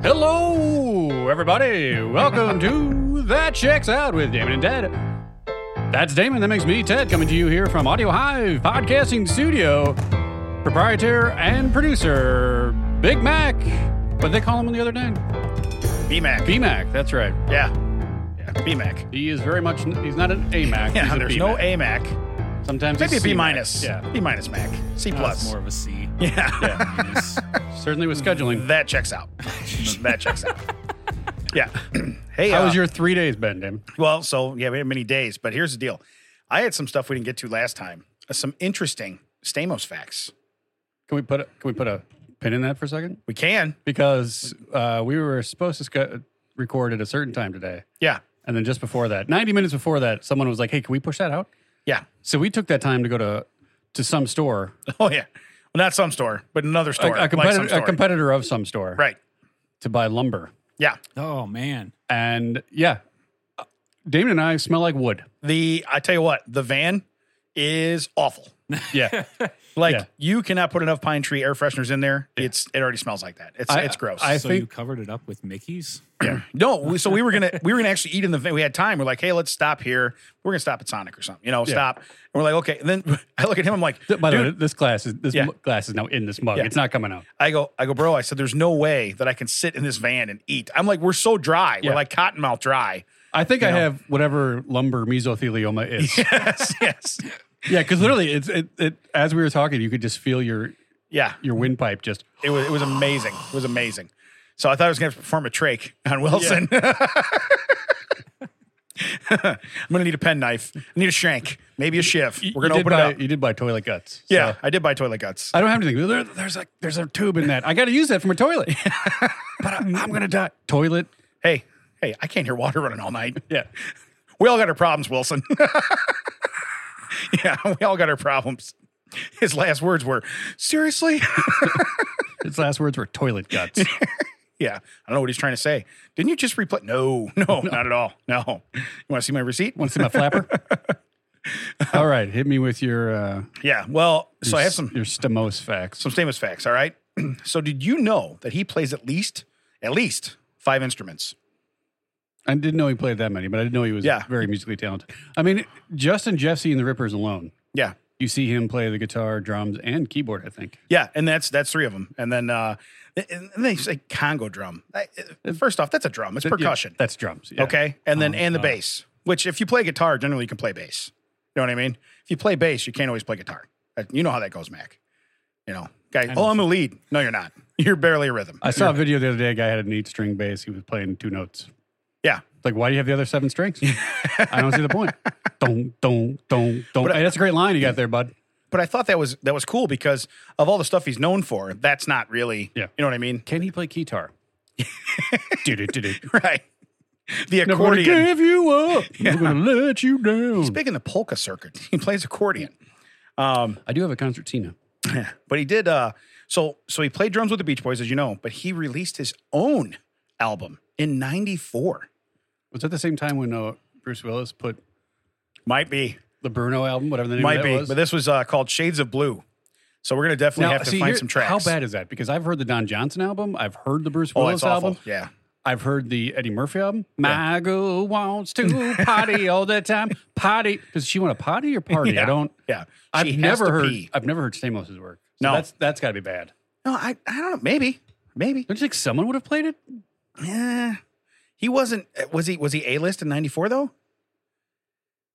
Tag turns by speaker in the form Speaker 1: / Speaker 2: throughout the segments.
Speaker 1: Hello, everybody. Welcome to That Checks Out with Damon and Ted. That's Damon. That makes me Ted coming to you here from Audio Hive Podcasting Studio. Proprietor and producer, Big Mac. What they call him on the other day?
Speaker 2: BMAC.
Speaker 1: BMac. That's right.
Speaker 2: yeah. yeah. BMAC.
Speaker 1: He is very much, he's not an AMAC.
Speaker 2: Yeah,
Speaker 1: he's a
Speaker 2: there's no
Speaker 1: BMac.
Speaker 2: AMAC.
Speaker 1: Sometimes
Speaker 2: Maybe a
Speaker 1: he's
Speaker 2: B
Speaker 1: CMac.
Speaker 2: minus.
Speaker 1: Yeah.
Speaker 2: B minus Mac. C
Speaker 3: No, it's
Speaker 2: plus.
Speaker 3: more of a C.
Speaker 2: yeah.
Speaker 3: Minus.
Speaker 1: Certainly with scheduling.
Speaker 2: that checks out. that checks out. Yeah. hey,
Speaker 1: How
Speaker 2: uh,
Speaker 1: was your three days, Ben, Damon?
Speaker 2: well, so yeah, we had many days, but here's the deal. I had some stuff we didn't get to last time. Uh, some interesting Stamos facts.
Speaker 1: Can we put a, can we put a pin in that for a second?
Speaker 2: We can.
Speaker 1: Because uh, we were supposed to sc- record at a certain time today,
Speaker 2: Yeah.
Speaker 1: and then just before that, ninety minutes before that, someone was like, "Hey, can we push that out?"
Speaker 2: Yeah.
Speaker 1: So we took that time to go to to some store,
Speaker 2: Oh yeah. Well, not some store, but another
Speaker 1: a,
Speaker 2: store.
Speaker 1: a
Speaker 2: like some
Speaker 1: competitor, a
Speaker 2: store.
Speaker 1: competitor of some store,
Speaker 2: right.
Speaker 1: to buy lumber.
Speaker 2: Yeah.
Speaker 3: Oh man,
Speaker 1: And yeah, Damon and I smell like wood.
Speaker 2: The I tell you what, the van is awful.
Speaker 1: Yeah,
Speaker 2: Like
Speaker 1: Yeah.
Speaker 2: you cannot put enough pine tree air fresheners in there. It's it already smells like that. It's
Speaker 1: I-
Speaker 2: it's gross.
Speaker 1: I
Speaker 3: so you
Speaker 1: think-
Speaker 3: covered it up with Mickey's.
Speaker 2: no, we, so we were gonna we were gonna actually eat in the van. We had time. We're like, hey, let's stop here. We're gonna stop at Sonic or something. You know, stop. And we're like, okay. And then I look at him. I'm like,
Speaker 1: Th- By the
Speaker 2: dude,
Speaker 1: way, this glass is this
Speaker 2: Yeah.
Speaker 1: mu- glass is now in this mug.
Speaker 2: Yeah.
Speaker 1: It's not coming out.
Speaker 2: I go, I go, bro. I said, there's no way that I can sit in this van and eat. I'm like, we're so dry.
Speaker 1: Yeah.
Speaker 2: We're like cottonmouth dry.
Speaker 1: I think I
Speaker 2: know.
Speaker 1: have whatever lumber mesothelioma is.
Speaker 2: yes, yes,
Speaker 1: yeah, because literally, it's it, it as we were talking, you could just feel your
Speaker 2: yeah.
Speaker 1: your windpipe just
Speaker 2: It was it was amazing. It was amazing. So I thought I was going to perform a trach on Wilson. I'm going to need a penknife. I need a shank, maybe a shiv. We're going to
Speaker 1: You did
Speaker 2: open it
Speaker 1: buy-
Speaker 2: up.
Speaker 1: You did buy toilet guts. So
Speaker 2: yeah, I did buy toilet guts.
Speaker 1: I don't have anything. There- there's like there's a tube in that. I got to use that for my toilet. but I, I'm gonna die. Toilet.
Speaker 2: hey, hey, I can't hear water running all night.
Speaker 1: Yeah.
Speaker 2: We all got our problems, Wilson. yeah, we all got our problems. His last words were, seriously?
Speaker 1: His last words were toilet guts.
Speaker 2: yeah, I don't know what he's trying to say. Didn't you just replay? No, no, not at all. No. You want to see my receipt?
Speaker 1: Want to see my flapper? All right, hit me with your. Uh,
Speaker 2: Yeah, well, so I have some
Speaker 1: your stemos facts.
Speaker 2: some famous facts. All right. so, did you know that he plays at least at least five instruments?
Speaker 1: I didn't know he played that many, but I didn't know he was
Speaker 2: Yeah.
Speaker 1: very musically talented. I mean, Justin Jesse and the Rippers alone,
Speaker 2: Yeah,
Speaker 1: you see him play the guitar, drums, and keyboard. I think
Speaker 2: yeah, and that's that's three of them. And then uh, and then they say Congo drum. I- uh, First off, that's a drum. It's
Speaker 1: Th- yeah,
Speaker 2: percussion.
Speaker 1: that's drums. yeah. Oh,
Speaker 2: Okay, and then and the bass. Which, if you play guitar, generally you can play bass. You know what I mean? If you play bass, you can't always play guitar. Uh, You know how that goes, Mac. You know, guy. Oh, I'm a lead. No, you're not. You're barely a rhythm.
Speaker 1: I saw a video the other day. A guy had a neat string bass. He was playing two notes.
Speaker 2: Yeah,
Speaker 1: Like, why do you have the other seven strings? I don't see the point. Don't, don't, don't, don't.
Speaker 2: But I-
Speaker 1: Hey, that's a great line you got there, bud.
Speaker 2: but I thought that was that was cool because of all the stuff he's known for. That's not really.
Speaker 1: Yeah.
Speaker 2: You know what I mean?
Speaker 1: Can he play guitar? do do do do.
Speaker 2: Right. The
Speaker 1: I'm gonna
Speaker 2: accordion.
Speaker 1: give you up. I'm gonna let you down.
Speaker 2: Big in the polka circuit. He plays accordion.
Speaker 1: I do have a concertina.
Speaker 2: But he did uh so so he played drums with the Beach Boys, as you know, but he released his own album in ninety four.
Speaker 1: Was that the same time when uh, Bruce Willis put
Speaker 2: Might be.
Speaker 1: the Bruno album, whatever the name
Speaker 2: Might
Speaker 1: of that
Speaker 2: be.
Speaker 1: was?
Speaker 2: But this was uh called Shades of Blue. So we're gonna definitely
Speaker 1: Now,
Speaker 2: have to
Speaker 1: see,
Speaker 2: find
Speaker 1: here-
Speaker 2: some tracks.
Speaker 1: How bad is that? Because I've heard the Don Johnson album. I've heard the Bruce
Speaker 2: Oh,
Speaker 1: Willis
Speaker 2: it's awful.
Speaker 1: album.
Speaker 2: Yeah.
Speaker 1: I've heard the Eddie Murphy album. My girl wants to potty all the time. Potty. Does she want to potty or party?
Speaker 2: Yeah.
Speaker 1: I don't.
Speaker 2: Yeah.
Speaker 1: I've
Speaker 2: She has
Speaker 1: never
Speaker 2: to
Speaker 1: heard.
Speaker 2: pee.
Speaker 1: I've never heard Stamos's work. So
Speaker 2: No.
Speaker 1: that's that's got to be bad.
Speaker 2: No, I, I don't know. Maybe. Maybe.
Speaker 1: Don't you think someone would have played it?
Speaker 2: Eh. he wasn't eh, was he was he A list in ninety four though?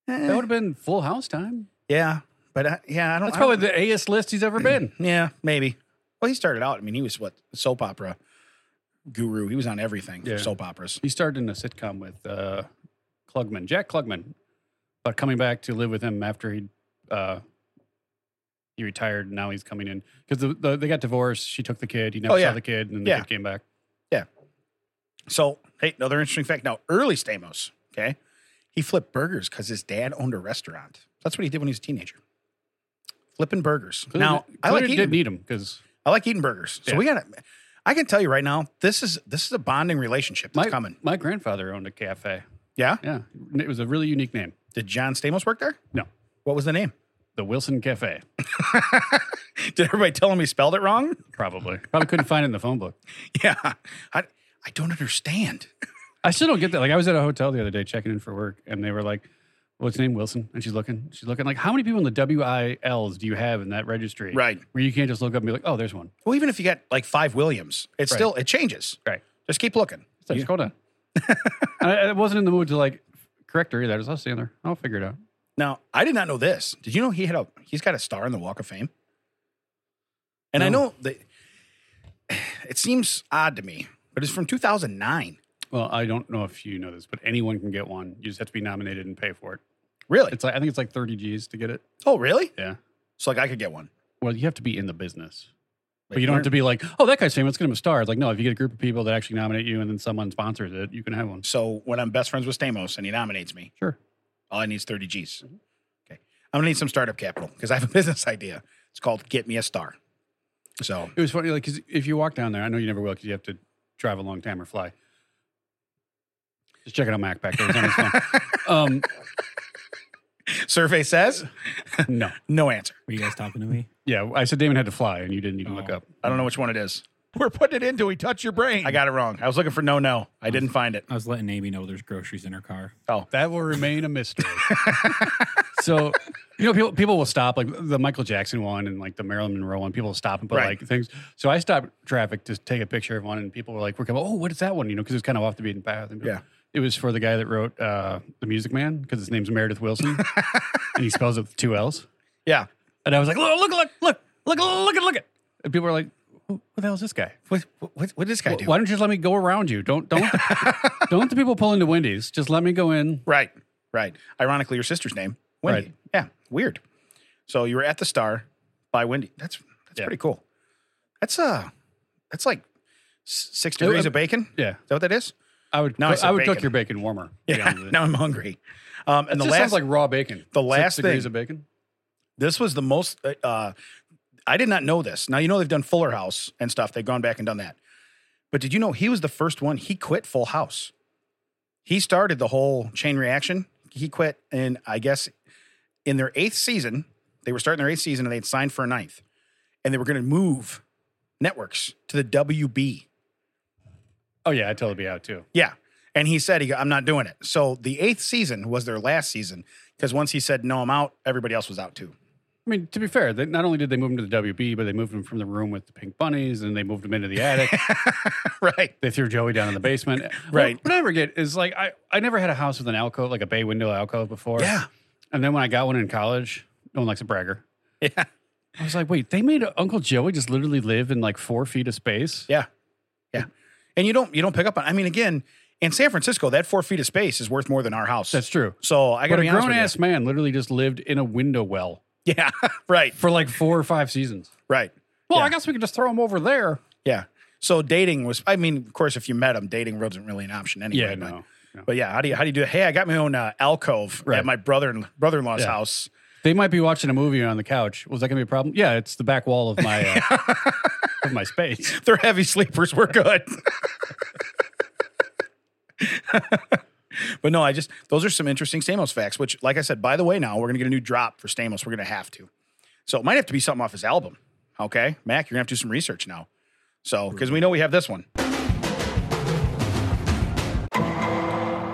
Speaker 2: Eh.
Speaker 1: That would have been Full House time.
Speaker 2: yeah. But I, yeah, I don't
Speaker 1: That's
Speaker 2: I don't-
Speaker 1: probably the A-S list he's ever been.
Speaker 2: Yeah, maybe. Well, he started out. I mean, he was what soap opera guru. He was on everything
Speaker 1: Yeah.
Speaker 2: soap operas.
Speaker 1: he started in a sitcom with uh, Klugman, Jack Klugman, but coming back to live with him after he uh, he retired. And now he's coming in because the, the, they got divorced. She took the kid. He never
Speaker 2: Oh, yeah.
Speaker 1: saw the kid, and then the
Speaker 2: Yeah.
Speaker 1: kid came back.
Speaker 2: So, hey, another interesting fact. Now, early Stamos, okay, he flipped burgers because his dad owned a restaurant. That's what he did when he was a teenager. Flipping burgers.
Speaker 1: Clearly-
Speaker 2: now, I like
Speaker 1: clearly
Speaker 2: eating.
Speaker 1: didn't need him because
Speaker 2: I like eating burgers. So
Speaker 1: Yeah.
Speaker 2: we got to I can tell you right now, this is this is a bonding relationship that's
Speaker 1: my
Speaker 2: coming.
Speaker 1: my grandfather owned a cafe.
Speaker 2: Yeah.
Speaker 1: Yeah, it was a really unique name.
Speaker 2: Did John Stamos work there?
Speaker 1: No,
Speaker 2: What was the name?
Speaker 1: the Wilson Cafe.
Speaker 2: Did everybody tell him he spelled it wrong?
Speaker 1: Probably probably couldn't find it in the phone book.
Speaker 2: Yeah. I, I don't understand.
Speaker 1: I still don't get that. Like I was at a hotel the other day checking in for work, and they were like, "What's his name? Wilson." And she's looking. She's looking like, "How many people in the WILs do you have in that registry?"
Speaker 2: Right.
Speaker 1: Where you can't just look up and be like, "Oh, there's one."
Speaker 2: Well, even if you got like five Williams, it's
Speaker 1: Right.
Speaker 2: still it changes.
Speaker 1: Right.
Speaker 2: Just keep looking.
Speaker 1: So I just go down. and I, I wasn't in the mood to like correct her either. I just I'll stand there. I'll figure it out.
Speaker 2: Now, I did not know this. Did you know he had a he's got a star in the Walk of Fame? And I
Speaker 1: No.
Speaker 2: know that it seems odd to me, but it's from 2009.
Speaker 1: Well, I don't know if you know this, but anyone can get one. You just have to be nominated and pay for it.
Speaker 2: Really?
Speaker 1: It's like I think it's like 30 G's to get it.
Speaker 2: oh, really?
Speaker 1: Yeah.
Speaker 2: So like I could get one.
Speaker 1: Well, you have to be in the business.
Speaker 2: Like,
Speaker 1: But you don't have to be like, oh, that guy's famous. Let's get him a star. It's like, no, if you get a group of people that actually nominate you and then someone sponsors it, you can have one.
Speaker 2: So when I'm best friends with Stamos and he nominates me,
Speaker 1: Sure.
Speaker 2: all I need is 30 G's. Okay. I'm gonna need some startup capital because I have a business idea. It's called Get Me a Star. So
Speaker 1: It was funny, like, because if you walk down there, I know you never will because you have to drive a long time or fly. Just check it out, Mac back there. It's on his phone.
Speaker 2: survey says
Speaker 1: Um, no.
Speaker 2: no answer.
Speaker 3: Were you guys talking to me?
Speaker 1: Yeah. I said Damon had to fly and you didn't even look
Speaker 3: Oh.
Speaker 1: up.
Speaker 2: I don't know which one it is.
Speaker 4: We're putting it into we touch your brain.
Speaker 2: I got it wrong. I was looking for no no. I didn't find it.
Speaker 3: I was letting Amy know there's groceries in her car.
Speaker 1: That will remain a mystery. so, you know, people people will stop like the Michael Jackson one and like the Marilyn Monroe one. People will stop and put
Speaker 2: Right.
Speaker 1: like things. So I stopped traffic to take a picture of one, and people were like, "We're coming. Oh, what is that one?" You know, because it's kind of off the beaten path. And
Speaker 2: Yeah.
Speaker 1: it was for the guy that wrote uh, the Music Man because his name's Meredith Wilson, and he spells it with two L's.
Speaker 2: Yeah.
Speaker 1: And I was like, "Look, look, look, look, look, look, look, look!" it." And people were like, "Who who the hell is this guy?"
Speaker 2: What what what did this guy do?
Speaker 1: Why don't you just let me go around you? Don't don't don't let the people pull into Wendy's. Just let me go in.
Speaker 2: Right, right. Ironically, your sister's name, Wendy.
Speaker 1: Right.
Speaker 2: Yeah, weird. So you were at the Star by Wendy. That's that's
Speaker 1: Yeah.
Speaker 2: pretty cool. That's uh, that's like s- six
Speaker 1: It-
Speaker 2: degrees of bacon. Is
Speaker 1: Yeah.
Speaker 2: that what that is?
Speaker 1: I would.
Speaker 2: No, I
Speaker 1: cook- I,
Speaker 2: said
Speaker 1: would
Speaker 2: bacon.
Speaker 1: cook your bacon warmer.
Speaker 2: Yeah. now I'm hungry. Um,
Speaker 1: and
Speaker 2: and
Speaker 1: the
Speaker 2: the
Speaker 1: just
Speaker 2: last,
Speaker 1: sounds like raw bacon.
Speaker 2: the last
Speaker 1: Six degrees
Speaker 2: thing-
Speaker 1: of bacon.
Speaker 2: this was the most. uh, Uh, I did not know this. Now you know they've done Fuller House and stuff. They've gone back and done that. But did you know he was the first one? He quit Full House. He started the whole chain reaction. He quit, and I guess in their eighth season, they were starting their eighth season, and they'd signed for a ninth, and they were going to move networks to the WB.
Speaker 1: Oh yeah, I would totally be out too.
Speaker 2: Yeah. And he said, he, go- I'm not doing it. So the eighth season was their last season because once he said, no, I'm out, everybody else was out too.
Speaker 1: I mean, to be fair, they, not only did they move him to the WB, but they moved him from the room with the pink bunnies, and they moved him into the attic.
Speaker 2: right.
Speaker 1: they threw Joey down in the basement.
Speaker 2: Right.
Speaker 1: What, what I never get is like I, I never had a house with an alcove, like a bay window alcove before.
Speaker 2: Yeah.
Speaker 1: And then when I got one in college, no one likes a bragger.
Speaker 2: Yeah.
Speaker 1: I was like, wait, they made Uncle Joey just literally live in like four feet of space.
Speaker 2: Yeah. Yeah. And you don't you don't pick up on I mean again, in San Francisco, that four feet of space is worth more than our house.
Speaker 1: That's true.
Speaker 2: so I
Speaker 1: But
Speaker 2: gotta
Speaker 1: a
Speaker 2: be honest
Speaker 1: grown
Speaker 2: with
Speaker 1: ass man literally just lived in a window well
Speaker 2: you. Yeah. right.
Speaker 1: for like four or five seasons.
Speaker 2: Right.
Speaker 1: Well,
Speaker 2: Yeah.
Speaker 1: I guess we could just throw him over there.
Speaker 2: Yeah. So dating was I mean, of course, if you met him, dating wasn't really an option anyway.
Speaker 1: Yeah,
Speaker 2: but,
Speaker 1: no, no.
Speaker 2: but yeah, how do you how do you do it? Hey, I got my own uh, alcove
Speaker 1: Right.
Speaker 2: at my brother and brother in law's
Speaker 1: Yeah.
Speaker 2: house.
Speaker 1: They might be watching a movie on the couch. Was that going to be a problem? Yeah, it's the back wall of my uh, of my space.
Speaker 2: They're heavy sleepers. We're good. but no, I just those are some interesting Stamos facts. Which, like I said, by the way, now we're gonna get a new drop for Stamos. We're gonna have to. So it might have to be something off his album. Okay, Mac, you're gonna have to do some research now. So because we know we have this one.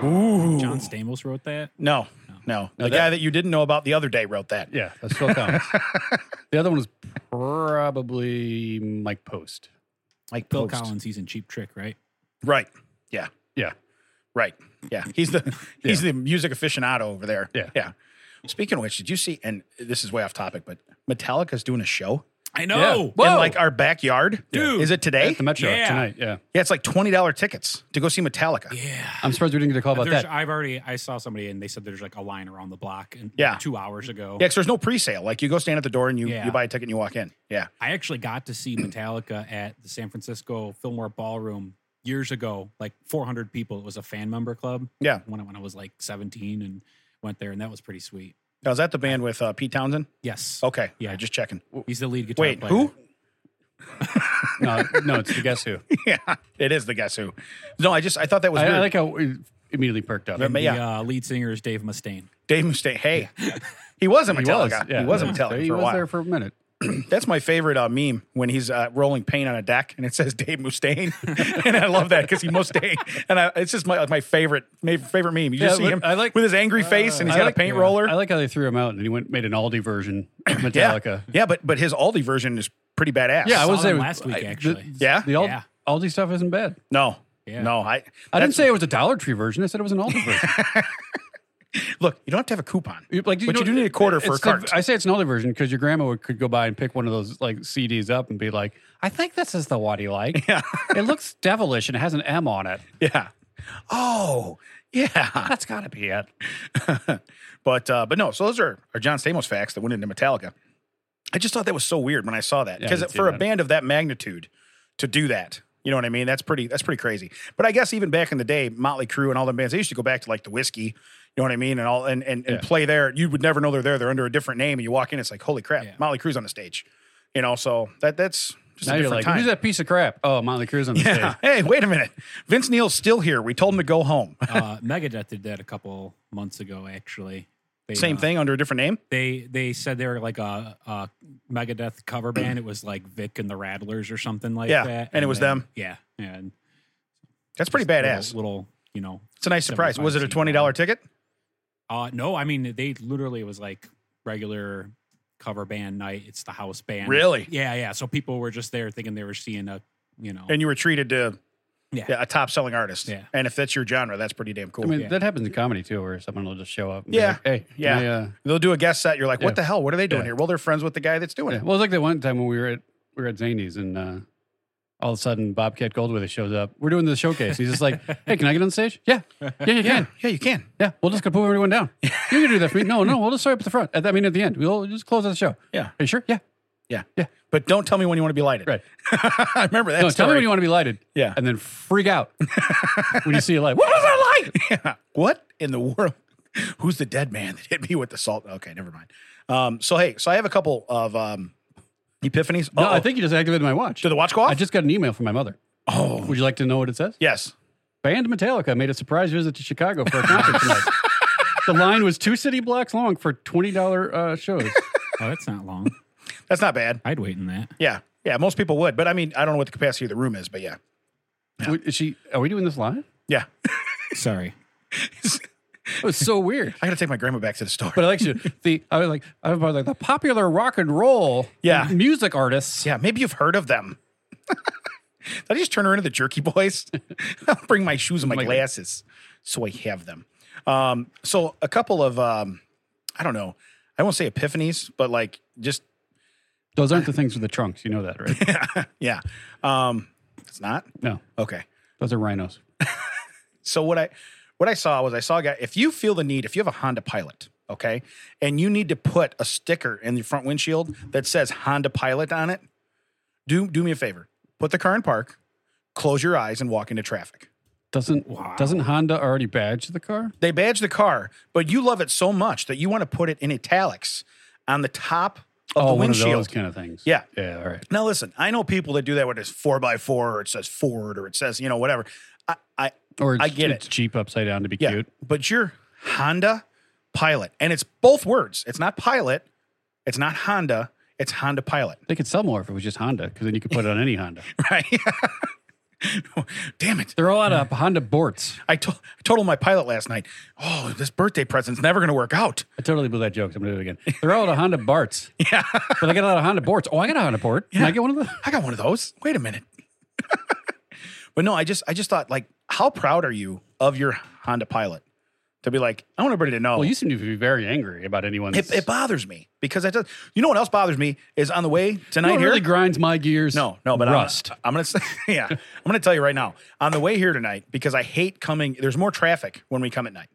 Speaker 2: Ooh,
Speaker 3: John Stamos wrote that.
Speaker 2: no, no, the
Speaker 1: that-
Speaker 2: guy that you didn't know about the other day wrote that.
Speaker 1: Yeah, that's still counts. the other one is probably Mike Post.
Speaker 2: like
Speaker 3: Bill
Speaker 2: Post.
Speaker 3: Collins, he's in Cheap Trick, right?
Speaker 2: Right. Yeah.
Speaker 1: Yeah,
Speaker 2: Right. Yeah. He's the he's the music aficionado over there.
Speaker 1: Yeah.
Speaker 2: Yeah. Speaking of which, did you see? And this is way off topic, but Metallica's doing a show
Speaker 3: I
Speaker 1: know!
Speaker 2: in like our backyard.
Speaker 3: Dude.
Speaker 2: is it today?
Speaker 1: at the Metro
Speaker 3: Yeah.
Speaker 1: tonight. Yeah,
Speaker 2: yeah, it's like twenty dollar tickets to go see Metallica.
Speaker 3: yeah.
Speaker 1: I'm surprised we didn't get a call about
Speaker 3: There's-
Speaker 1: that.
Speaker 3: I've already I saw somebody and they said there's like a line around the block and
Speaker 2: Yeah.
Speaker 3: two hours ago.
Speaker 2: Yeah, 'cause there's no pre-sale. Like you go stand at the door and you,
Speaker 3: Yeah.
Speaker 2: you buy a ticket and you walk in. Yeah.
Speaker 3: I actually got to see Metallica at the San Francisco Fillmore Ballroom years ago, like 400 people. It was a fan member club.
Speaker 2: Yeah.
Speaker 3: When I, when I was like 17 and went there, and that was pretty sweet.
Speaker 2: Now is that the band with uh, Pete Townsend?
Speaker 3: Yes.
Speaker 2: Okay.
Speaker 3: Yeah.
Speaker 2: All right, just checking.
Speaker 3: He's the lead guitar
Speaker 2: Wait,
Speaker 3: player.
Speaker 2: who?
Speaker 1: no, no, it's the Guess Who.
Speaker 2: yeah. It is the guess who. No, I just I thought that was
Speaker 1: I,
Speaker 2: weird.
Speaker 1: I like how it immediately perked up.
Speaker 2: But
Speaker 3: The
Speaker 2: yeah.
Speaker 3: uh, lead singer is Dave Mustaine.
Speaker 2: Dave Mustaine. Hey. he was a Metallica. He was,
Speaker 1: yeah.
Speaker 2: a Metallica
Speaker 1: He
Speaker 2: for a
Speaker 1: was
Speaker 2: while.
Speaker 1: there for a minute.
Speaker 2: That's my favorite uh, meme when he's uh, rolling paint on a deck and it says Dave Mustaine, and I love that because he Mustaine, and I, it's just my like my favorite my favorite meme. You
Speaker 1: Yeah,
Speaker 2: just see
Speaker 1: but
Speaker 2: him
Speaker 1: I like- Uh,
Speaker 2: with his angry face and he's
Speaker 1: I
Speaker 2: got
Speaker 1: like-
Speaker 2: a paint
Speaker 1: yeah.
Speaker 2: roller.
Speaker 1: I like how they threw him out and he went made an Aldi version of
Speaker 2: yeah,
Speaker 1: Metallica.
Speaker 2: yeah, but but his Aldi version is pretty badass.
Speaker 1: Yeah, I
Speaker 3: Saw
Speaker 1: was
Speaker 3: them
Speaker 1: there
Speaker 3: last week,
Speaker 1: I- the-
Speaker 3: actually.
Speaker 2: yeah.
Speaker 1: The Ald-
Speaker 3: Yeah.
Speaker 1: Aldi stuff isn't bad.
Speaker 2: No,
Speaker 3: Yeah.
Speaker 2: no, I
Speaker 1: I didn't
Speaker 2: that's-
Speaker 1: say it was a Dollar Tree version. I said it was an Aldi version.
Speaker 2: Look, you don't have to have a coupon.
Speaker 1: You- Like,
Speaker 2: But you
Speaker 1: know,
Speaker 2: do need a quarter for
Speaker 1: it's
Speaker 2: a cart.
Speaker 1: The, I say it's an older version because your grandma would, could go by and pick one of those like CDs up and be like, "I think this is the one you like.
Speaker 2: Yeah.
Speaker 1: it looks devilish and it has an M on it.
Speaker 2: Yeah. Oh, yeah.
Speaker 1: That's got to be it."
Speaker 2: but uh, but no, so those are, are John Stamos facts that went into Metallica. I just thought that was so weird when I saw that
Speaker 1: Yeah, I
Speaker 2: because
Speaker 1: didn't see
Speaker 2: for a
Speaker 1: that.
Speaker 2: band of that magnitude to do that, you know what I mean? That's pretty that's pretty crazy. But I guess even back in the day, Motley Crue and all them bands, they used to go back to like the whiskey, you know what I mean, and all and and, and
Speaker 1: Yeah.
Speaker 2: play there. You would never know they're there. They're under a different name, and you walk in, it's like holy crap,
Speaker 3: Yeah.
Speaker 2: Motley Crue's on the stage, you know. So that that's just
Speaker 1: now
Speaker 2: a
Speaker 1: you're
Speaker 2: different
Speaker 1: like,
Speaker 2: time.
Speaker 1: "Who's that piece of crap?" Oh, Motley Crue's on the stage.
Speaker 2: yeah. Hey, wait a minute. Vince Neil's still here. We told him to go home.
Speaker 3: uh, Megadeth did that a couple months ago, actually. They,
Speaker 2: Same
Speaker 3: uh,
Speaker 2: thing under a different name.
Speaker 3: They they said they were like a, a Megadeth cover band. It was like Vic and the Rattlers or something like
Speaker 2: Yeah,
Speaker 3: that.
Speaker 2: and it was
Speaker 3: then-
Speaker 2: them.
Speaker 3: Yeah, and
Speaker 2: That's pretty
Speaker 3: just
Speaker 2: badass.
Speaker 3: Little, little, you know.
Speaker 2: It's a nice surprise.
Speaker 3: 75
Speaker 2: Was it a
Speaker 3: seat
Speaker 2: twenty dollar
Speaker 3: model.
Speaker 2: ticket?
Speaker 3: Uh, no, I mean they literally it was like regular cover band night. It's the house band.
Speaker 2: Really?
Speaker 3: Yeah, yeah. So people were just there thinking they were seeing a, you know.
Speaker 2: And you were treated to
Speaker 3: Yeah.
Speaker 2: a top selling artist.
Speaker 3: Yeah.
Speaker 2: And if that's your genre, that's pretty damn cool.
Speaker 1: I mean,
Speaker 3: Yeah.
Speaker 1: that happens in comedy too, where someone will just show up. and be
Speaker 2: Yeah.
Speaker 1: like, hey, can
Speaker 2: Yeah.
Speaker 1: I, uh,
Speaker 2: They'll do a guest set. You're like, what
Speaker 1: Yeah.
Speaker 2: the hell? What are they doing
Speaker 1: Yeah.
Speaker 2: here? Well, they're friends with the guy that's doing
Speaker 1: Yeah.
Speaker 2: it.
Speaker 1: Well, it's like that one time when we were at we were at Zany's and uh, all of a sudden Bobcat Goldthwait shows up. We're doing the showcase. He's just like, "Hey, can I get on stage?" Yeah, yeah, you can.
Speaker 2: Yeah, you can.
Speaker 1: Yeah, we'll just go pull everyone down. You can do that for me. No, no, we'll just start up at the front. At, I mean, at the end, we'll just close out the show. Are
Speaker 2: Yeah.
Speaker 1: you sure? Yeah,
Speaker 2: Yeah.
Speaker 1: Yeah.
Speaker 2: But don't tell me when you want to be lighted.
Speaker 1: right.
Speaker 2: I remember that
Speaker 1: No, tell me
Speaker 2: story.
Speaker 1: when you want to be lighted.
Speaker 2: Yeah.
Speaker 1: and then freak out when you see a light. What was that light?
Speaker 2: Yeah. What in the world? Who's the dead man that hit me with the salt? Okay, never mind. Um, so hey, so I have a couple of um epiphanies.
Speaker 1: No,
Speaker 2: Uh-oh.
Speaker 1: I think you just activated my watch.
Speaker 2: did the watch go off?
Speaker 1: I just got an email from my mother.
Speaker 2: oh
Speaker 1: Would you like to know what it says?
Speaker 2: yes.
Speaker 1: Band Metallica made a surprise visit to Chicago for a concert tonight. the line was two city blocks long for twenty dollar uh, shows.
Speaker 3: oh, that's not long.
Speaker 2: That's not bad.
Speaker 3: I'd wait in that.
Speaker 2: Yeah. Yeah. Most people would, but I mean, I don't know what the capacity of the room is, but yeah.
Speaker 1: Wait, Is she? Are we doing this live?
Speaker 2: Yeah.
Speaker 3: Sorry.
Speaker 2: Oh,
Speaker 1: It was so weird.
Speaker 2: I got to take my grandma back to the store.
Speaker 1: But I like you. The I was like I was like the popular rock and roll
Speaker 2: Yeah.
Speaker 1: music artists.
Speaker 2: Yeah, maybe you've heard of them. Did I just turn her into the jerky boys? I'll bring my shoes and my
Speaker 1: my God.
Speaker 2: glasses so I have them. Um, so a couple of um, I don't know, I won't say epiphanies, but like just
Speaker 1: Those aren't the things with the trunks. You know that, right?
Speaker 2: yeah. Um, it's not
Speaker 1: No,
Speaker 2: okay.
Speaker 1: those are rhinos.
Speaker 2: So what I what I saw was I saw a guy. If you feel the need, if you have a Honda Pilot, okay, and you need to put a sticker in your front windshield that says Honda Pilot on it, do do me a favor. Put the car in park, close your eyes, and walk into traffic.
Speaker 1: Doesn't
Speaker 3: Wow.
Speaker 1: doesn't Honda already badge the car?
Speaker 2: They badge the car, but you love it so much that you want to put it in italics on the top of Oh,
Speaker 1: Oh,
Speaker 2: the
Speaker 1: one of
Speaker 2: windshield.
Speaker 1: those kind of things.
Speaker 2: Yeah.
Speaker 1: Yeah. All right.
Speaker 2: Now listen, I know people that do that where it's four by four or it says Ford or it says, you know, whatever. I, I
Speaker 1: Or it's,
Speaker 2: I get
Speaker 1: it's Jeep upside down to be
Speaker 2: Yeah.
Speaker 1: cute.
Speaker 2: But you're Honda Pilot. And it's both words. It's not pilot. It's not Honda. It's Honda Pilot.
Speaker 1: They could sell more if it was just Honda, because then you could put it on any Honda.
Speaker 2: Right? Damn it.
Speaker 1: They're all out of Honda Borts.
Speaker 2: I, to- I told my pilot last night, oh, this birthday present's never going to work out.
Speaker 1: I totally blew that joke. So I'm gonna do it again. They're all out of Honda Barts. Yeah. But I got a lot of Honda Borts. Oh, I got a Honda Bort. Can I get one of those?
Speaker 2: I got one of those. Wait a minute. but no, I just I just thought like, how proud are you of your Honda Pilot to be like, I want everybody to know.
Speaker 1: Well, you seem to be very angry about anyone.
Speaker 2: it,
Speaker 1: that's-
Speaker 2: it bothers me because that does. You know what else bothers me is on the way
Speaker 1: You know
Speaker 2: tonight
Speaker 1: what
Speaker 2: here.
Speaker 1: really grinds my gears.
Speaker 2: no, no, but I'm-
Speaker 1: rust.
Speaker 2: I'm, gonna say, yeah, I'm gonna tell you right now on the way here tonight because I hate coming. There's more traffic when we come at night,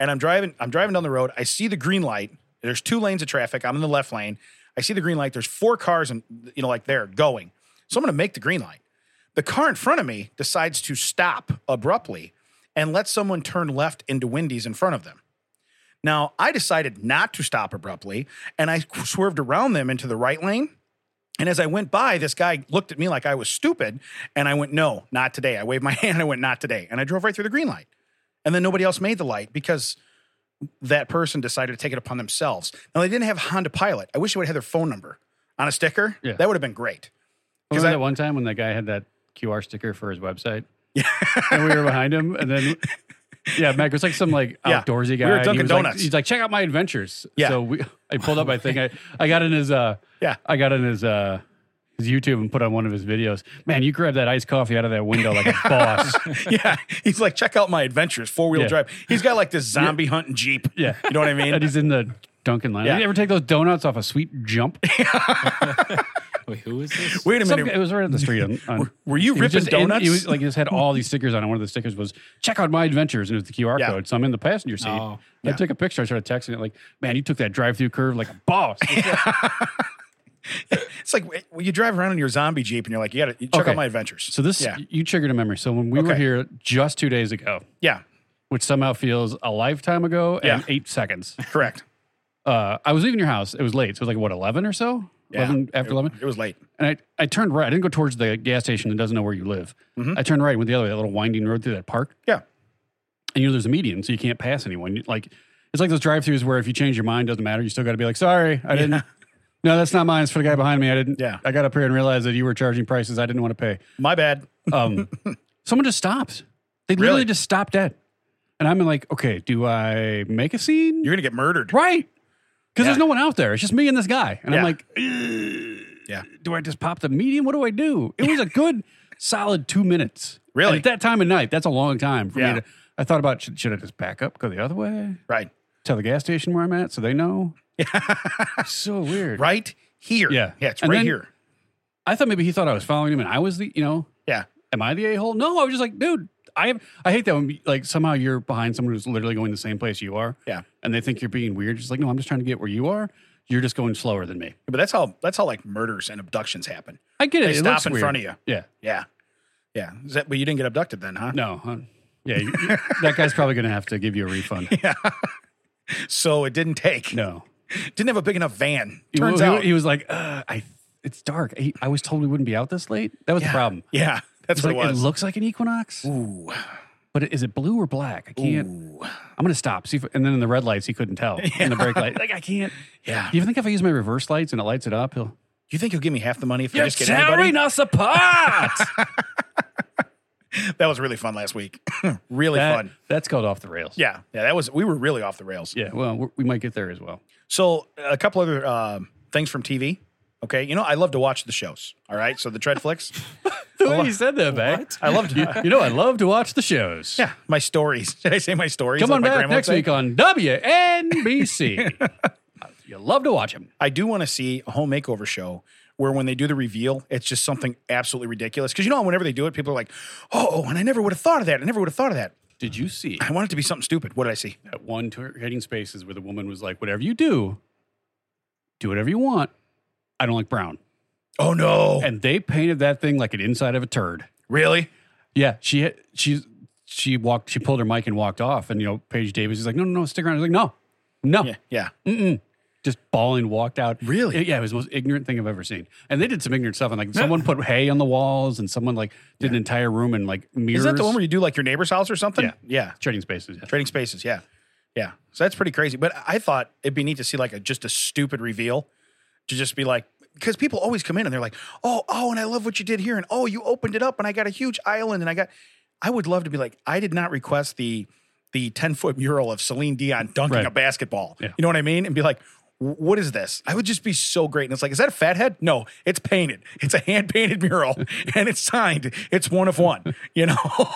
Speaker 2: and I'm driving. I'm driving down the road. I see the green light. There's two lanes of traffic. I'm in the left lane. I see the green light. There's four cars and you know like they're going. So I'm gonna make the green light. The car in front of me decides to stop abruptly and let someone turn left into Wendy's in front of them. Now, I decided not to stop abruptly and I swerved around them into the right lane. And as I went by, this guy looked at me like I was stupid. And I went, no, not today. I waved my hand. I went, not today. And I drove right through the green light. And then nobody else made the light because that person decided to take it upon themselves. Now, they didn't have Honda Pilot. I wish they would have had their phone number. on a sticker,
Speaker 1: Yeah.
Speaker 2: that would have been great.
Speaker 1: Because
Speaker 2: I-
Speaker 1: that one time when that guy had that QR sticker for his website, yeah, and we were behind him, and then yeah, Mac was like some like
Speaker 2: Yeah.
Speaker 1: outdoorsy guy.
Speaker 2: were
Speaker 1: and he
Speaker 2: Dunkin'
Speaker 1: was like-
Speaker 2: Donuts.
Speaker 1: he's like, check out my adventures.
Speaker 2: Yeah.
Speaker 1: So we, I pulled up my thing. I, I got in his uh,
Speaker 2: Yeah.
Speaker 1: I got in his uh, his YouTube and put on one of his videos. Man, you grabbed that iced coffee out of that window like a boss.
Speaker 2: yeah, he's like, check out my adventures, four wheel
Speaker 1: Yeah.
Speaker 2: drive. He's got like this zombie hunting jeep.
Speaker 1: Yeah.
Speaker 2: you know what I
Speaker 1: and
Speaker 2: mean.
Speaker 1: he's in the Dunkin' line.
Speaker 2: Yeah.
Speaker 1: Did you ever take those donuts off a sweet jump?
Speaker 3: Wait, who is this?
Speaker 2: Wait a
Speaker 1: Some-
Speaker 2: minute,
Speaker 1: it was right on the street. On, on-
Speaker 2: Were- were you
Speaker 1: he was
Speaker 2: ripping
Speaker 1: just in-
Speaker 2: donuts?
Speaker 1: he was like, he just had all these stickers on, and one of the stickers was "Check out my adventures," and it was the QR
Speaker 2: Yeah.
Speaker 1: code. So I'm in the passenger seat.
Speaker 3: Oh,
Speaker 1: I took a picture. I started texting it like, "Man, you took that drive-through curve like a boss."
Speaker 2: it's like wait, well, you drive around in your zombie jeep and you're like, you gotta check
Speaker 1: Okay.
Speaker 2: out my adventures.
Speaker 1: so this
Speaker 2: yeah,
Speaker 1: you triggered a memory. So when we were
Speaker 2: Okay.
Speaker 1: here just two days ago,
Speaker 2: yeah,
Speaker 1: which somehow feels a lifetime ago and
Speaker 2: Yeah.
Speaker 1: eight seconds,
Speaker 2: correct.
Speaker 1: uh, I was leaving your house. It was late. So it was like what eleven or so.
Speaker 2: Yeah.
Speaker 1: 11, after
Speaker 2: It-
Speaker 1: 11
Speaker 2: it was late.
Speaker 1: and I, I turned right i didn't go towards the gas station that doesn't know where you live
Speaker 2: Mm-hmm.
Speaker 1: i turned right and went the other way that little winding road through that park
Speaker 2: Yeah,
Speaker 1: and you know there's a median, so you can't pass anyone. You- Like it's like those drive-throughs where if you change your mind, doesn't matter. You still got to be like, sorry, I didn't. No, that's not mine. It's for the guy behind me. I didn't.
Speaker 2: Yeah.
Speaker 1: I got up here and realized that you were charging prices I didn't want to pay.
Speaker 2: my bad.
Speaker 1: Um, someone just stopped. They literally
Speaker 2: Really?
Speaker 1: just stopped dead, and I'm like, okay, do I make a scene?
Speaker 2: You're gonna get murdered.
Speaker 1: right. Because there's
Speaker 2: Yeah.
Speaker 1: no one out there. It's just me and this guy, and I'm
Speaker 2: Yeah.
Speaker 1: like,
Speaker 2: Yeah.
Speaker 1: do I just pop the median? What do I do? It was a good, solid two minutes.
Speaker 2: Really?
Speaker 1: And at that time of night, that's a long time for
Speaker 2: Yeah.
Speaker 1: me to. I thought about should, should I just back up, go the other way,
Speaker 2: Right.
Speaker 1: tell the gas station where I'm at so they know. so weird.
Speaker 2: Right here.
Speaker 1: Yeah.
Speaker 2: Yeah, it's
Speaker 1: And
Speaker 2: right
Speaker 1: then-
Speaker 2: here.
Speaker 1: I thought maybe he thought I was following him and I was the, you know,
Speaker 2: Yeah.
Speaker 1: am I the a hole? No, I was just like, dude, I have, I hate that when like somehow you're behind someone who's literally going the same place you are.
Speaker 2: Yeah.
Speaker 1: And they think you're being weird. Just like, no, I'm just trying to get where you are. You're just going slower than me.
Speaker 2: But that's how that's how like murders and abductions happen.
Speaker 1: I get it.
Speaker 2: They
Speaker 1: it
Speaker 2: stop
Speaker 1: looks
Speaker 2: in
Speaker 1: weird.
Speaker 2: front of you.
Speaker 1: Yeah.
Speaker 2: Yeah. Yeah. Is that but you didn't get abducted then, huh?
Speaker 1: No. huh? yeah. you- you- that guy's probably going to have to give you a refund.
Speaker 2: So it didn't take.
Speaker 1: No.
Speaker 2: Didn't have a big enough van.
Speaker 1: He-
Speaker 2: Turns
Speaker 1: he,
Speaker 2: out.
Speaker 1: he was like, uh, I, it's dark. He, I was told we wouldn't be out this late. That was the problem.
Speaker 2: yeah. That's
Speaker 1: It's
Speaker 2: what
Speaker 1: like,
Speaker 2: it
Speaker 1: it
Speaker 2: was.
Speaker 1: looks like an equinox,
Speaker 2: Ooh.
Speaker 1: but is it blue or black? I can't.
Speaker 2: Ooh.
Speaker 1: I'm gonna stop. See, if, and then in the red lights, he couldn't tell. In the brake light, like I can't.
Speaker 2: Yeah.
Speaker 1: Do you think if I use my reverse lights and it lights it up, he'll?
Speaker 2: You think he'll give me half the money if I
Speaker 1: You're
Speaker 2: just get anybody?
Speaker 1: tearing us apart.
Speaker 2: That was really fun last week. really
Speaker 1: That-
Speaker 2: fun.
Speaker 1: That's called off the rails.
Speaker 2: Yeah. Yeah. That was. We were really off the rails.
Speaker 1: Yeah. Well, we're, we might get there as well.
Speaker 2: So a couple other um, things from TV. Okay. You know, I love to watch the shows. All right. So the Treadflix.
Speaker 1: The way you said that, back.
Speaker 2: I loved.
Speaker 1: You, you know, Oh, I love to watch the shows.
Speaker 2: Yeah, my stories. Did I say my stories?
Speaker 1: Come
Speaker 2: like
Speaker 1: on
Speaker 2: my
Speaker 1: back
Speaker 2: grandma would
Speaker 1: next
Speaker 2: say?
Speaker 1: week on WNBC. you love to watch them.
Speaker 2: I do want to see a home makeover show where when they do the reveal, it's just something absolutely ridiculous. Because you know, whenever they do it, people are like, "Oh, and I never would have thought of that. I never would have thought of that.
Speaker 1: Did you see
Speaker 2: I want it to be something stupid." What did I see?
Speaker 1: that one tour hitting spaces where the woman was like, "Whatever you do, do whatever you want. I don't like brown."
Speaker 2: Oh no!
Speaker 1: And they painted that thing like an inside of a turd.
Speaker 2: really?
Speaker 1: Yeah, she had- she she walked. She pulled her mic and walked off. And you know, Paige Davis is like, "No, no, no, stick around." I was like, "No, no,
Speaker 2: Yeah, yeah.
Speaker 1: mm-mm." just bawling walked out.
Speaker 2: Really?
Speaker 1: Yeah, it was the most ignorant thing I've ever seen. And they did some ignorant stuff. And like, someone put hay on the walls, and someone like did an entire room and like mirrors.
Speaker 2: Is that the one where you do like your neighbor's house or something?
Speaker 1: Yeah.
Speaker 2: yeah.
Speaker 1: trading spaces? Yeah.
Speaker 2: Trading spaces. Yeah, yeah. So that's pretty crazy. But I thought it'd be neat to see like a, just a stupid reveal to just be like. Because people always come in and they're like, "Oh, oh, and I love what you did here, and oh, you opened it up, and I got a huge island, and I got." I would love to be like, I did not request the the ten foot mural of Celine Dion dunking
Speaker 1: Right.
Speaker 2: a basketball.
Speaker 1: Yeah.
Speaker 2: You know what I mean? And be like, "Wh- what is this? I would just be so great. And it's like, is that a fat head? No, it's painted. It's a hand painted mural, and it's signed. It's one of one. You know.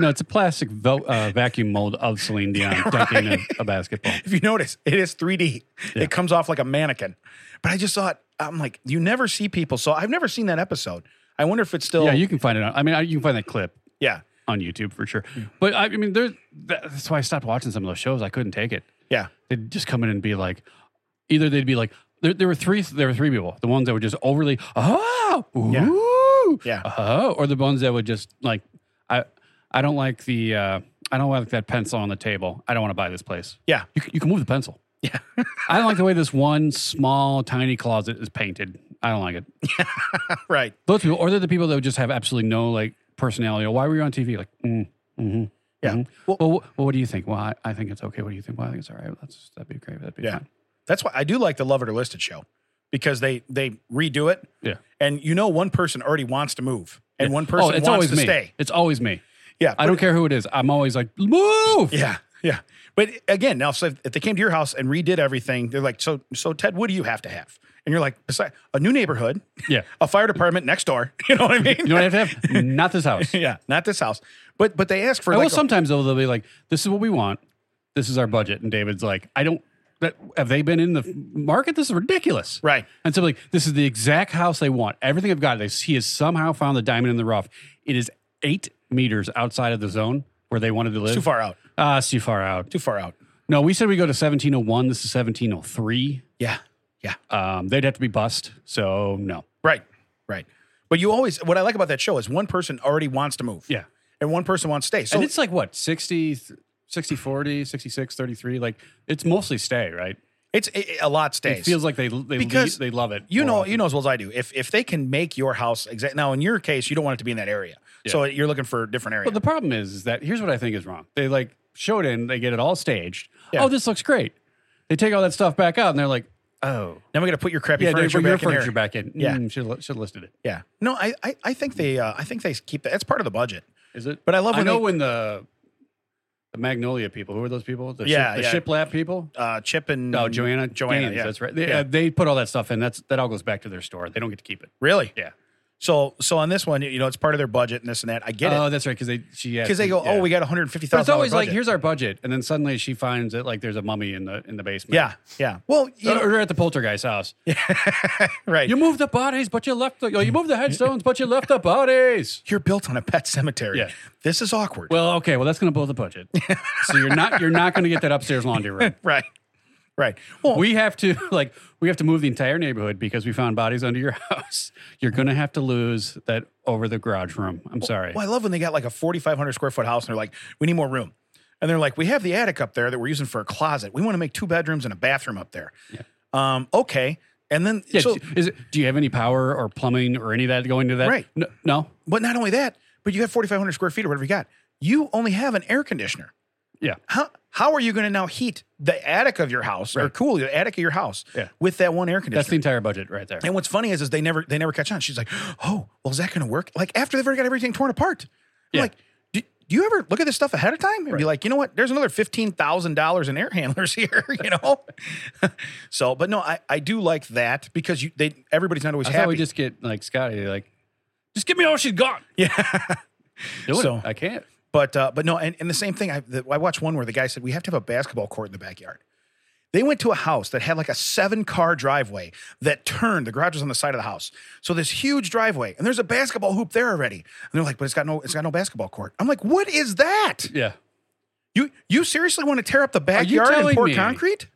Speaker 1: No, it's a plastic vo- uh, vacuum mold of Celine Dion dunking a, a basketball.
Speaker 2: if you notice, it is 3D. It comes off like a mannequin. But I just thought, I'm like, you never see people. So I've never seen that episode. I wonder if it's still,
Speaker 1: Yeah, you can find it. On, I mean, I- you can find that clip
Speaker 2: yeah,
Speaker 1: on YouTube for sure. But I, I mean, there's that- that's why I stopped watching some of those shows. I couldn't take it.
Speaker 2: yeah,
Speaker 1: They'd just come in and be like, either they'd be like, there, there were three, there were three people. The ones that were just overly, oh,
Speaker 2: Yeah.
Speaker 1: ooh,
Speaker 2: Yeah.
Speaker 1: oh," or the ones that would just like, I, I don't like the, uh, I don't like that pencil on the table. I don't want to buy this place.
Speaker 2: yeah,
Speaker 1: You, c- you can move the pencil.
Speaker 2: yeah.
Speaker 1: I don't like the way this one small, tiny closet is painted. I don't like it.
Speaker 2: right.
Speaker 1: Those people, or they're the people that would just have absolutely no like personality. Why were you on TV? Like, mm, mm-hmm.
Speaker 2: Yeah.
Speaker 1: mhm.
Speaker 2: Well-
Speaker 1: Well, well, wh- well, what do you think? Well, I, I think it's okay. What do you think? Well, I think it's all right. That's that'd be great. That'd be
Speaker 2: Yeah.
Speaker 1: fine.
Speaker 2: That's why I do like the Love It or Listed show. because they they redo it.
Speaker 1: Yeah.
Speaker 2: And you know one person already wants to move and one person
Speaker 1: oh, it's
Speaker 2: wants
Speaker 1: always
Speaker 2: to
Speaker 1: me.
Speaker 2: stay.
Speaker 1: It's always me.
Speaker 2: Yeah.
Speaker 1: I don't care who it is. I'm always like, move.
Speaker 2: Yeah. Yeah. But again, now so if, if they came to your house and redid everything, they're like, so so Ted, what do you have to have? And you're like, besides a new neighborhood,
Speaker 1: Yeah.
Speaker 2: a fire department next door. You know what I mean?
Speaker 1: You know what I have to have? Not this house.
Speaker 2: yeah, not this house. But but they ask for
Speaker 1: I
Speaker 2: like
Speaker 1: will
Speaker 2: a-
Speaker 1: sometimes though they'll be like, "This is what we want. This is our budget." And David's like, "I don't. That, have they been in the market? This is ridiculous."
Speaker 2: right.
Speaker 1: And so like, this is the exact house they want. Everything I've got. They, he has somehow found the diamond in the rough. It is eight meters outside of the zone where they wanted to live.
Speaker 2: Too far out.
Speaker 1: Ah, it's too far out.
Speaker 2: Too far out.
Speaker 1: No, we said we go to seventeen oh one. This is seventeen oh three.
Speaker 2: Yeah. Yeah.
Speaker 1: Um, they'd have to be bust. So no.
Speaker 2: Right. Right. But you always what I like about that show is one person already wants to move.
Speaker 1: Yeah.
Speaker 2: And one person wants to stay. So
Speaker 1: and it's like what 60, 60 40, 66, 33. Like it's mostly stay, right?
Speaker 2: it's a- a lot stays.
Speaker 1: It feels like they they
Speaker 2: Because
Speaker 1: lead- they love it.
Speaker 2: you
Speaker 1: more
Speaker 2: know
Speaker 1: often.
Speaker 2: you know as well as I do. If if they can make your house exact now in your case, you don't want it to be in that area. So you're looking for a different area.
Speaker 1: But the problem is, is that here's what I think is wrong. They like show it in, they get it all staged.
Speaker 2: Yeah.
Speaker 1: Oh, this looks great. They take all that stuff back out, and they're like, oh,
Speaker 2: now we got to put your crappy
Speaker 1: yeah, they
Speaker 2: furniture
Speaker 1: bring your
Speaker 2: back in
Speaker 1: furniture
Speaker 2: here.
Speaker 1: back in. Mm,
Speaker 2: Yeah.
Speaker 1: should should listed it.
Speaker 2: Yeah. No, I, I I think they uh, I think they keep that. It's part of the budget.
Speaker 1: Is it?
Speaker 2: But I love
Speaker 1: I
Speaker 2: when
Speaker 1: know
Speaker 2: they-
Speaker 1: when the the Magnolia people. Who are those people? The
Speaker 2: Yeah,
Speaker 1: ship,
Speaker 2: yeah.
Speaker 1: the shiplap people.
Speaker 2: Uh, Chip and
Speaker 1: No, Oh, Joanna.
Speaker 2: Joanna.
Speaker 1: Gaines,
Speaker 2: yeah.
Speaker 1: that's right. They,
Speaker 2: Yeah.
Speaker 1: uh, they put all that stuff in. That's that all goes back to their store. They don't get to keep it.
Speaker 2: Really?
Speaker 1: Yeah.
Speaker 2: So so on this one, you know, it's part of their budget and this and that. I get it.
Speaker 1: Oh, that's right. Because they she asked
Speaker 2: because they
Speaker 1: me-
Speaker 2: go,
Speaker 1: yeah.
Speaker 2: oh, we got one hundred fifty
Speaker 1: But
Speaker 2: thousand.
Speaker 1: it's always like, here's our budget, and then suddenly she finds that like there's a mummy in the in the basement.
Speaker 2: yeah, yeah. Well, you know,
Speaker 1: or at the poltergeist house.
Speaker 2: right.
Speaker 1: You moved the bodies, but you left the you moved the headstones, but you left the bodies.
Speaker 2: You're built on a pet cemetery.
Speaker 1: Yeah.
Speaker 2: This is awkward.
Speaker 1: Well, okay, well that's going to blow the budget. so you're not you're not going to get that upstairs laundry room.
Speaker 2: right, right. Well,
Speaker 1: We have to like we have to move the entire neighborhood because we found bodies under your house. You're going to have to lose that over the garage room. I'm sorry.
Speaker 2: well, I love when they got like a forty five hundred square foot house and they're like, we need more room, and they're like, we have the attic up there that we're using for a closet. We want to make two bedrooms and a bathroom up there. Um. Okay. And then
Speaker 1: Yeah,
Speaker 2: so,
Speaker 1: is it, do you have any power or plumbing or any of that going to that?
Speaker 2: Right.
Speaker 1: No. no?
Speaker 2: but not only that, but you have forty five hundred square feet or whatever you got. You only have an air conditioner.
Speaker 1: Yeah.
Speaker 2: How how are you going to now heat the attic of your house or
Speaker 1: Right.
Speaker 2: cool the attic of your house
Speaker 1: Yeah.
Speaker 2: with that one air conditioner?
Speaker 1: That's the entire budget right there.
Speaker 2: And what's funny is, is they never they never catch on. She's like, oh, well, is that going to work? Like after they've already got everything torn apart. I'm
Speaker 1: Yeah.
Speaker 2: like, do, do you ever look at this stuff ahead of time and be like, you know what? There's another fifteen thousand dollars in air handlers here, you know. so, but no, I, I do like that because you they everybody's not always
Speaker 1: I
Speaker 2: happy.
Speaker 1: thought we just get like Scotty like just give me all she's got.
Speaker 2: yeah.
Speaker 1: Do it.
Speaker 2: So-
Speaker 1: I can't.
Speaker 2: But uh, but no, and, and the same thing. I, the, I watched one where the guy said we have to have a basketball court in the backyard. They went to a house that had like a seven car driveway that turned. The garage was on the side of the house, so this huge driveway, and there's a basketball hoop there already. And they're like, but it's got no it's got no basketball court. I'm like, what is that?
Speaker 1: Yeah.
Speaker 2: You you seriously want to tear up the
Speaker 1: you
Speaker 2: backyard and
Speaker 1: telling
Speaker 2: pour
Speaker 1: me?
Speaker 2: concrete?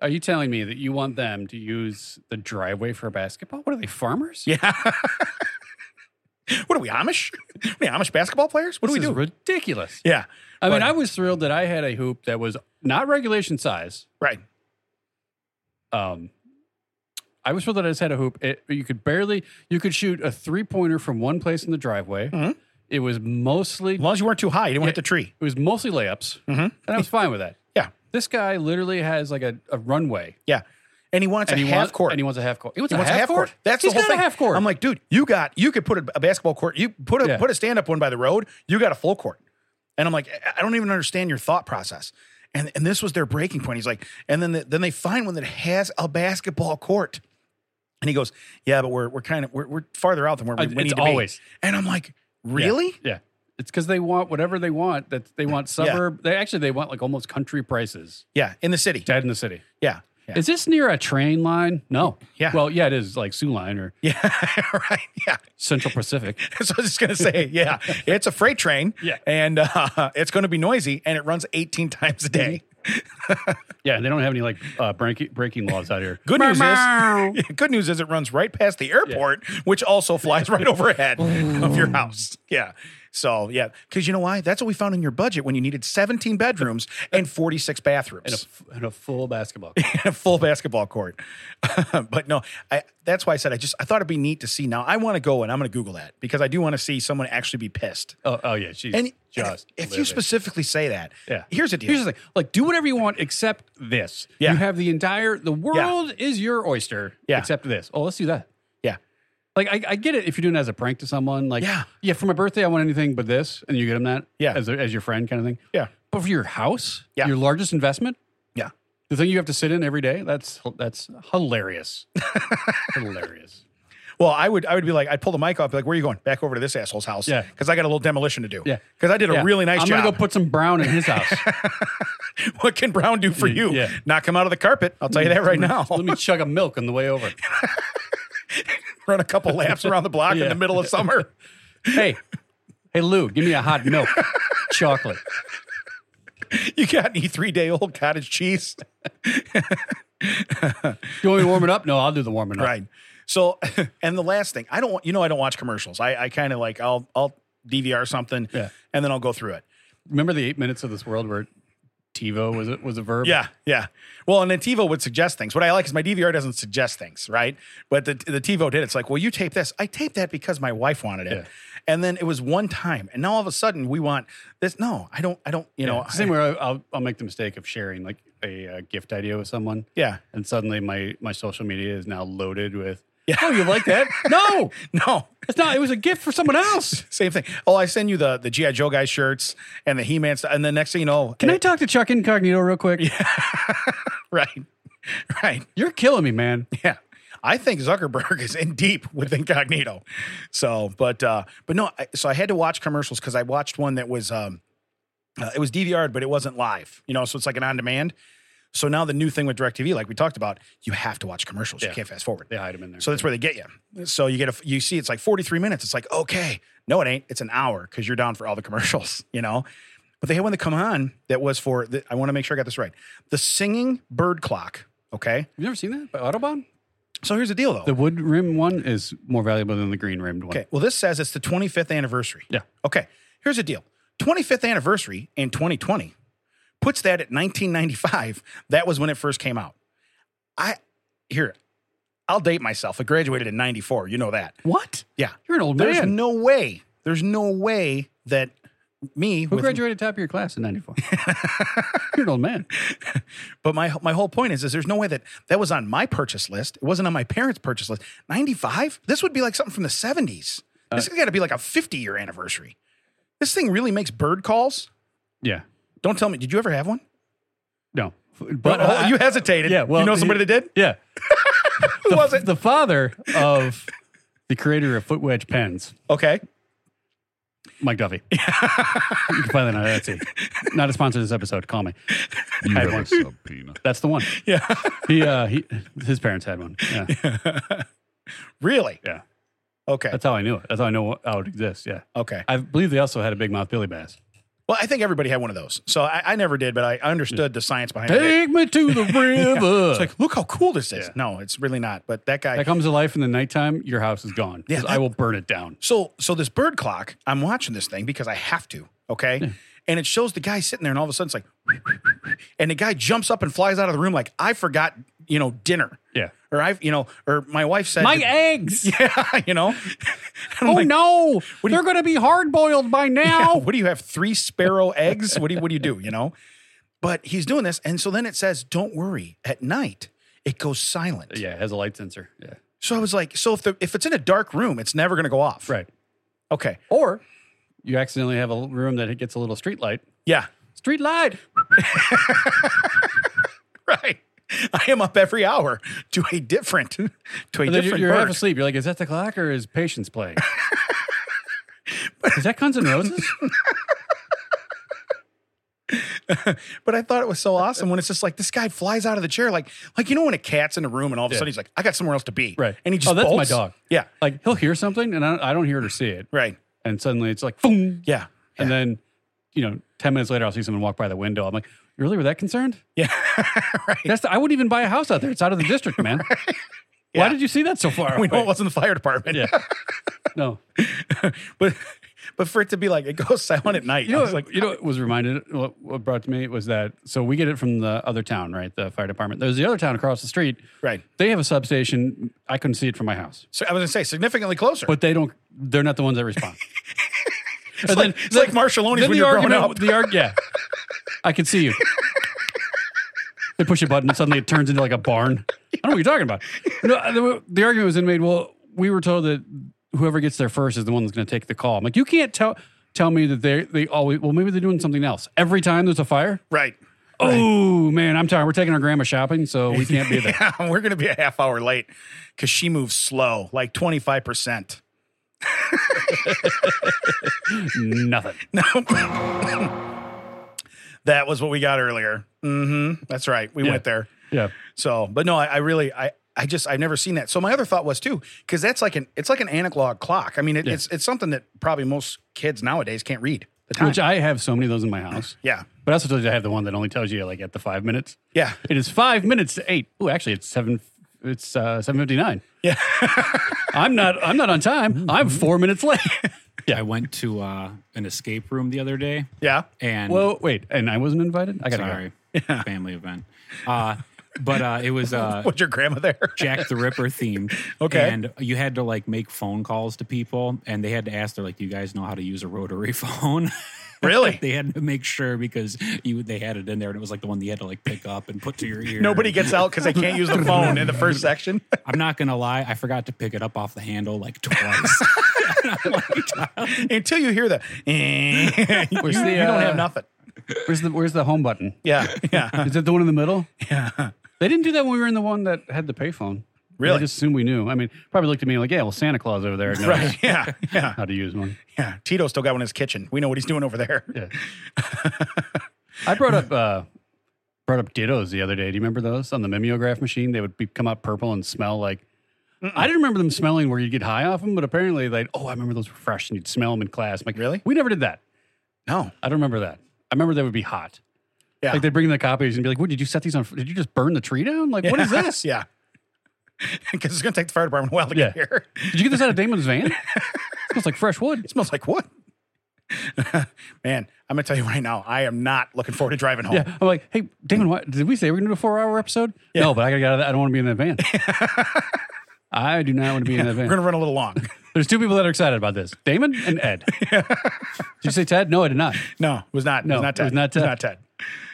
Speaker 1: Are you telling me that you want them to use the driveway for basketball? What are they, farmers?
Speaker 2: Yeah. what are we Amish? we Amish basketball players? What
Speaker 1: This
Speaker 2: do
Speaker 1: is
Speaker 2: we do?
Speaker 1: ridiculous.
Speaker 2: yeah.
Speaker 1: I mean,
Speaker 2: But-
Speaker 1: I was thrilled that I had a hoop that was not regulation size.
Speaker 2: right.
Speaker 1: Um, I was thrilled that I just had a hoop. It, you could barely, you could shoot a three pointer from one place in the driveway.
Speaker 2: Mm-hmm.
Speaker 1: It was mostly,
Speaker 2: As long as you weren't too high, you didn't want to hit the tree.
Speaker 1: it was mostly layups,
Speaker 2: Mm-hmm.
Speaker 1: and I was fine with that.
Speaker 2: Yeah.
Speaker 1: This guy literally has like a, a runway,
Speaker 2: Yeah. And he wants
Speaker 1: and
Speaker 2: a
Speaker 1: he
Speaker 2: half
Speaker 1: wants
Speaker 2: court.
Speaker 1: and he wants a half court. He wants,
Speaker 2: He wants a half court. That's
Speaker 1: He's
Speaker 2: the whole
Speaker 1: got
Speaker 2: thing.
Speaker 1: A half court.
Speaker 2: I'm like, dude, you got you could put a, a basketball court. You put a
Speaker 1: Yeah.
Speaker 2: put a stand up one by the road. You got a full court. And I'm like, I- I don't even understand your thought process. And and this was their breaking point. He's like, and then the, then they find one that has a basketball court. And he goes, yeah, but we're we're kind of we're, we're farther out than where we,
Speaker 1: Uh,
Speaker 2: we
Speaker 1: it's
Speaker 2: need to
Speaker 1: always-
Speaker 2: be. And I'm like,
Speaker 1: Yeah.
Speaker 2: really?
Speaker 1: Yeah. It's because they want whatever they want. That they want suburb. They actually they want like almost country prices.
Speaker 2: Yeah, in the city.
Speaker 1: Dead in the city.
Speaker 2: Yeah, yeah,
Speaker 1: Is this near a train line? No.
Speaker 2: Yeah.
Speaker 1: Well, yeah, it is like Sioux Line or
Speaker 2: yeah, right, yeah.
Speaker 1: Central Pacific.
Speaker 2: so I was just gonna say, yeah, it's a freight train,
Speaker 1: Yeah.
Speaker 2: and uh, it's going to be noisy, and it runs 18 times a
Speaker 1: Mm-hmm.
Speaker 2: day.
Speaker 1: Yeah, they don't have any like uh, breaking breaking laws out here.
Speaker 2: Good news
Speaker 1: Meow, meow.
Speaker 2: is, good news is it runs right past the airport, which also flies right overhead of your house. Yeah. So yeah, because you know why? That's what we found in your budget when you needed 17 bedrooms and 46 bathrooms
Speaker 1: and a, f- and a full basketball. court.
Speaker 2: in a full basketball court. but no, I, that's why I said I just I thought it'd be neat to see. Now I want to go and I'm going to Google that because I do want to see someone actually be pissed.
Speaker 1: oh, oh yeah, she's
Speaker 2: And, and if,
Speaker 1: just.
Speaker 2: if you
Speaker 1: livid.
Speaker 2: specifically say that,
Speaker 1: Yeah.
Speaker 2: here's the deal.
Speaker 1: Here's the thing: like, do whatever you want, except this.
Speaker 2: Yeah.
Speaker 1: You have the entire the world is your oyster.
Speaker 2: Yeah.
Speaker 1: Except this. Oh, let's do that.
Speaker 2: Yeah.
Speaker 1: Like, I, I get it if you're doing it as a prank to someone. Like,
Speaker 2: Yeah.
Speaker 1: yeah. For my birthday, I want anything but this, and you get them that.
Speaker 2: Yeah.
Speaker 1: As a- as your friend, kind of thing.
Speaker 2: Yeah.
Speaker 1: But for your house,
Speaker 2: Yeah.
Speaker 1: your largest investment.
Speaker 2: Yeah.
Speaker 1: The thing you have to sit in every day. That's that's hilarious. hilarious.
Speaker 2: Well, I would I would be like I'd pull the mic off, be like, "Where are you going? Back over to this asshole's house?
Speaker 1: Yeah.
Speaker 2: because I got a little demolition to do.
Speaker 1: Yeah.
Speaker 2: because I did a
Speaker 1: Yeah.
Speaker 2: really nice
Speaker 1: I'm
Speaker 2: job.
Speaker 1: gonna go put some brown in his house.
Speaker 2: what can Brown do for you?
Speaker 1: Yeah.
Speaker 2: knock him out of the carpet. I'll tell you that right now.
Speaker 1: Let me chug a milk on the way over.
Speaker 2: Run a couple laps around the block in
Speaker 1: Yeah.
Speaker 2: the middle of summer.
Speaker 1: Hey, hey, Lou, give me a hot milk, chocolate.
Speaker 2: You got any three day old cottage cheese?
Speaker 1: You want me to warm it up? No, I'll do the warming up.
Speaker 2: Right. So, and the last thing, I don't want you know I don't watch commercials. I I kind of like I'll I'll DVR something,
Speaker 1: Yeah.
Speaker 2: and then I'll go through it.
Speaker 1: Remember the eight minutes of this world where TiVo was it was a verb?
Speaker 2: Yeah, yeah. Well, and then TiVo would suggest things. What I like is my DVR doesn't suggest things, right? But the the TiVo did. It's like, well, you tape this. I taped that because my wife wanted it,
Speaker 1: Yeah.
Speaker 2: and then it was one time, and now all of a sudden we want this. No, I don't. I don't. You know.
Speaker 1: Yeah. Same
Speaker 2: I-
Speaker 1: where I- I'll, I'll make the mistake of sharing like a uh, gift idea with someone,
Speaker 2: Yeah.
Speaker 1: and suddenly my my social media is now loaded with.
Speaker 2: Yeah.
Speaker 1: Oh, you like that? no,
Speaker 2: No.
Speaker 1: it's not. It was a gift for someone else.
Speaker 2: Same thing. Oh, I send you the the GI Joe guy shirts and the He Man stuff, and the next thing you know,
Speaker 1: Can I talk to Chuck Incognito real quick?
Speaker 2: right, right.
Speaker 1: You're killing me, man.
Speaker 2: Yeah. I think Zuckerberg is in deep with incognito. So, but uh but no, I, so I had to watch commercials cuz I watched one that was um uh, it was DVR'd but it wasn't live. You know, so it's like an on demand. So now the new thing with DirecTV like we talked about, you have to watch commercials.
Speaker 1: Yeah.
Speaker 2: You can't fast forward.
Speaker 1: They hide him in there.
Speaker 2: So that's where they get you. So you get a you see it's like 43 minutes. It's like, okay, no, it ain't. It's an hour because you're down for all the commercials, you know? But they had one that come on that was for the, I want to make sure I got this right. The singing bird clock. Okay.
Speaker 1: you never seen that by Autobahn?
Speaker 2: So here's the deal though.
Speaker 1: The wood rim one is more valuable than the green rimmed one.
Speaker 2: Okay. Well, this says it's the 25th anniversary.
Speaker 1: Yeah.
Speaker 2: Okay. Here's the deal 25th anniversary in 2020 puts that at 1995. That was when it first came out. I, here, I'll date myself. I graduated in 94. You know that.
Speaker 1: What?
Speaker 2: Yeah.
Speaker 1: You're an old
Speaker 2: There's
Speaker 1: man.
Speaker 2: no way. There's no way that me,
Speaker 1: Who
Speaker 2: with-
Speaker 1: graduated top of your class in '94? You're an old man.
Speaker 2: but my my whole point is, is there's no way that that was on my purchase list. It wasn't on my parents' purchase list. 95. This would be like something from the 70s.
Speaker 1: Uh,
Speaker 2: This has got to be like a 50 year anniversary. This thing really makes bird calls.
Speaker 1: Yeah.
Speaker 2: Don't tell me. Did you ever have one?
Speaker 1: No. But
Speaker 2: But
Speaker 1: I-
Speaker 2: you hesitated.
Speaker 1: yeah. Well,
Speaker 2: you know somebody
Speaker 1: he-
Speaker 2: that did.
Speaker 1: Yeah.
Speaker 2: Who was it?
Speaker 1: The father of the creator of Foot Wedge Pens,
Speaker 2: Okay.
Speaker 1: Mike Duffy. you can find that on Etsy. Not a sponsor of this episode. Call me.
Speaker 5: You
Speaker 1: I
Speaker 5: have
Speaker 1: won.
Speaker 5: a subpoena.
Speaker 1: That's the one.
Speaker 2: Yeah.
Speaker 1: He, uh, he, his parents had one. Yeah.
Speaker 2: really?
Speaker 1: Yeah.
Speaker 2: Okay.
Speaker 1: That's how I knew it. That's how I know how it exists. Yeah.
Speaker 2: okay.
Speaker 1: I believe they also had a big mouth Billy Bass.
Speaker 2: Well, I think everybody had one of those. So I, I never did, but I understood the science behind it.
Speaker 1: Take me to the river.
Speaker 2: It's like, look how cool this is.
Speaker 1: Yeah.
Speaker 2: No, it's really not. But that guy.
Speaker 1: that comes to life in the nighttime. Your house is gone. 'Cause
Speaker 2: Yeah.
Speaker 1: I will burn it down.
Speaker 2: So so this bird clock, I'm watching this thing because I have to, okay? And it shows the guy sitting there and all of a sudden it's like and the guy jumps up and flies out of the room like I forgot, you know, dinner.
Speaker 1: Yeah.
Speaker 2: Or I've, you know, or my wife said
Speaker 1: My eggs.
Speaker 2: Yeah, you know. And I'm
Speaker 1: Oh
Speaker 2: like,
Speaker 1: no! They're going to be hard boiled by now.
Speaker 2: What do you have? Three sparrow eggs? What do you what do you do? You know? But he's doing this. And so then it says, Don't worry, at night it goes silent.
Speaker 1: Yeah, it has a light sensor. Yeah,
Speaker 2: So I was like, so if the if it's in a dark room, it's never gonna go off.
Speaker 1: right.
Speaker 2: Okay.
Speaker 1: Or you accidentally have a room that it gets a little street light.
Speaker 2: Yeah.
Speaker 1: Street light.
Speaker 2: Right. I am up every hour to a different to a
Speaker 1: And then you're,
Speaker 2: different
Speaker 1: you're half
Speaker 2: bird.
Speaker 1: asleep. You're like, is that the clock or is patience playing? is that Guns N' Roses?
Speaker 2: But I thought it was so awesome when it's just like this guy flies out of the chair like like you know when a cat's in a room and all of a
Speaker 1: Yeah.
Speaker 2: sudden he's like I got somewhere else to be
Speaker 1: Right.
Speaker 2: and he just
Speaker 1: Oh, that's my
Speaker 2: bolts.
Speaker 1: dog.
Speaker 2: yeah
Speaker 1: like he'll hear something and I don't, I don't hear it or see it,
Speaker 2: right
Speaker 1: and suddenly it's like, boom.
Speaker 2: yeah
Speaker 1: And then, you know, ten minutes later, I'll see someone walk by the window. I'm like, you really were that concerned?
Speaker 2: yeah right
Speaker 1: That's the, I wouldn't even buy a house out there. It's out of the district, man. Why
Speaker 2: Yeah.
Speaker 1: did you see that so far?
Speaker 2: we know
Speaker 1: away?
Speaker 2: it wasn't the fire department
Speaker 1: Yeah. No.
Speaker 2: but But for it to be like it goes silent at night,
Speaker 1: You know,
Speaker 2: I was like,
Speaker 1: you know, what was reminded what, what brought to me was that so we get it from the other town, right? The fire department. There's the other town across the street.
Speaker 2: right.
Speaker 1: They have a substation. I couldn't see it from my house,
Speaker 2: So I was gonna say significantly closer.
Speaker 1: but they don't. They're not the ones that respond.
Speaker 2: it's like, it's like Marshalloni's
Speaker 1: then
Speaker 2: when
Speaker 1: the
Speaker 2: you're
Speaker 1: argument,
Speaker 2: growing up.
Speaker 1: the arg- yeah, I can see you. They push a button and suddenly it turns into like a barn. I don't know what you're talking about. No, the, the argument was then made. Well, we were told that whoever gets there first is the one that's going to take the call. I'm like, you can't tell tell me that they they always. Well, maybe they're doing something else every time there's a fire.
Speaker 2: Right.
Speaker 1: Oh man, I'm tired. We're taking our grandma shopping, so we can't be there.
Speaker 2: Yeah, we're gonna be a half hour late because she moves slow, like twenty five percent.
Speaker 1: Nothing.
Speaker 2: No. that was what we got earlier. hmm That's right. We
Speaker 1: Yeah.
Speaker 2: went there.
Speaker 1: Yeah.
Speaker 2: So, but no, I, I really, I, I just, I've never seen that. So my other thought was too, because that's like an, it's like an analog clock. I mean, it,
Speaker 1: Yeah.
Speaker 2: it's, it's something that probably most kids nowadays can't read the time.
Speaker 1: Which I have so many of those in my house.
Speaker 2: yeah,
Speaker 1: But I also told you I have the one that only tells you like at the five minutes.
Speaker 2: yeah,
Speaker 1: It is five minutes to eight. Oh, actually, it's seven. It's uh, seven fifty nine.
Speaker 2: yeah.
Speaker 1: I'm not. I'm not on time. I'm four minutes late.
Speaker 3: I went to uh, an escape room the other day,
Speaker 2: yeah.
Speaker 3: and
Speaker 1: Whoa, wait, and I wasn't invited. I gotta
Speaker 3: sorry, family event. Uh, but uh, it was uh,
Speaker 2: Was your grandma there?
Speaker 3: Jack the Ripper themed.
Speaker 2: Okay.
Speaker 3: And you had to like make phone calls to people and they had to ask, they're like, Do you guys know how to use a rotary phone?
Speaker 2: Really?
Speaker 3: they had to make sure because you they had it in there and it was like the one that you had to like pick up and put to your ear.
Speaker 2: Nobody gets out because they can't use the phone in the first section.
Speaker 3: I'm not gonna lie, I forgot to pick it up off the handle like twice.
Speaker 2: Until you hear that, you,
Speaker 1: Where's the,
Speaker 2: you don't
Speaker 1: uh,
Speaker 2: have nothing.
Speaker 1: go. Where's the Where's the home button?
Speaker 2: Yeah, yeah,
Speaker 1: Is it the one in the middle?
Speaker 2: yeah.
Speaker 1: They didn't do that when we were in the one that had the payphone.
Speaker 2: Really?
Speaker 1: They just assumed we knew. I mean, probably looked at me like, yeah, well, Santa Claus over there knows
Speaker 2: Right. Yeah, yeah,
Speaker 1: how to use one.
Speaker 2: yeah. Tito still got one in his kitchen. We know what he's doing over there.
Speaker 1: Yeah. I brought up uh, brought up dittos the other day. Do you remember those on the mimeograph machine? They would be, come out purple and smell like. I didn't remember them smelling where you'd get high off them, but apparently, like, oh, I remember those were fresh and you'd smell them in class. I'm like,
Speaker 2: Really?
Speaker 1: We never did that.
Speaker 2: No.
Speaker 1: I don't remember that. I remember they would be hot.
Speaker 2: Yeah.
Speaker 1: Like they'd bring in the copies and be like, what did you set these on? f- Did you just burn the tree down? Like, what is this?
Speaker 2: Yeah. Because it's going to take the fire department a while to get
Speaker 1: Yeah.
Speaker 2: here.
Speaker 1: Did you get this out of Damon's van? It smells like fresh wood.
Speaker 2: It smells like wood. Man, I'm going to tell you right now, I am not looking forward to driving home.
Speaker 1: Yeah. I'm like, hey, Damon, what did we say we're gonna do a four hour episode? No, but I gotta get out of that. I don't want to be in that van. I do not want to be in that
Speaker 2: We're
Speaker 1: van.
Speaker 2: going to run a little long.
Speaker 1: There's two people that are excited about this Damon and Ed. Did you say Ted? No, I did not.
Speaker 2: no, it was not.
Speaker 1: No,
Speaker 2: it was not
Speaker 1: it
Speaker 2: Ted.
Speaker 1: was not Ted.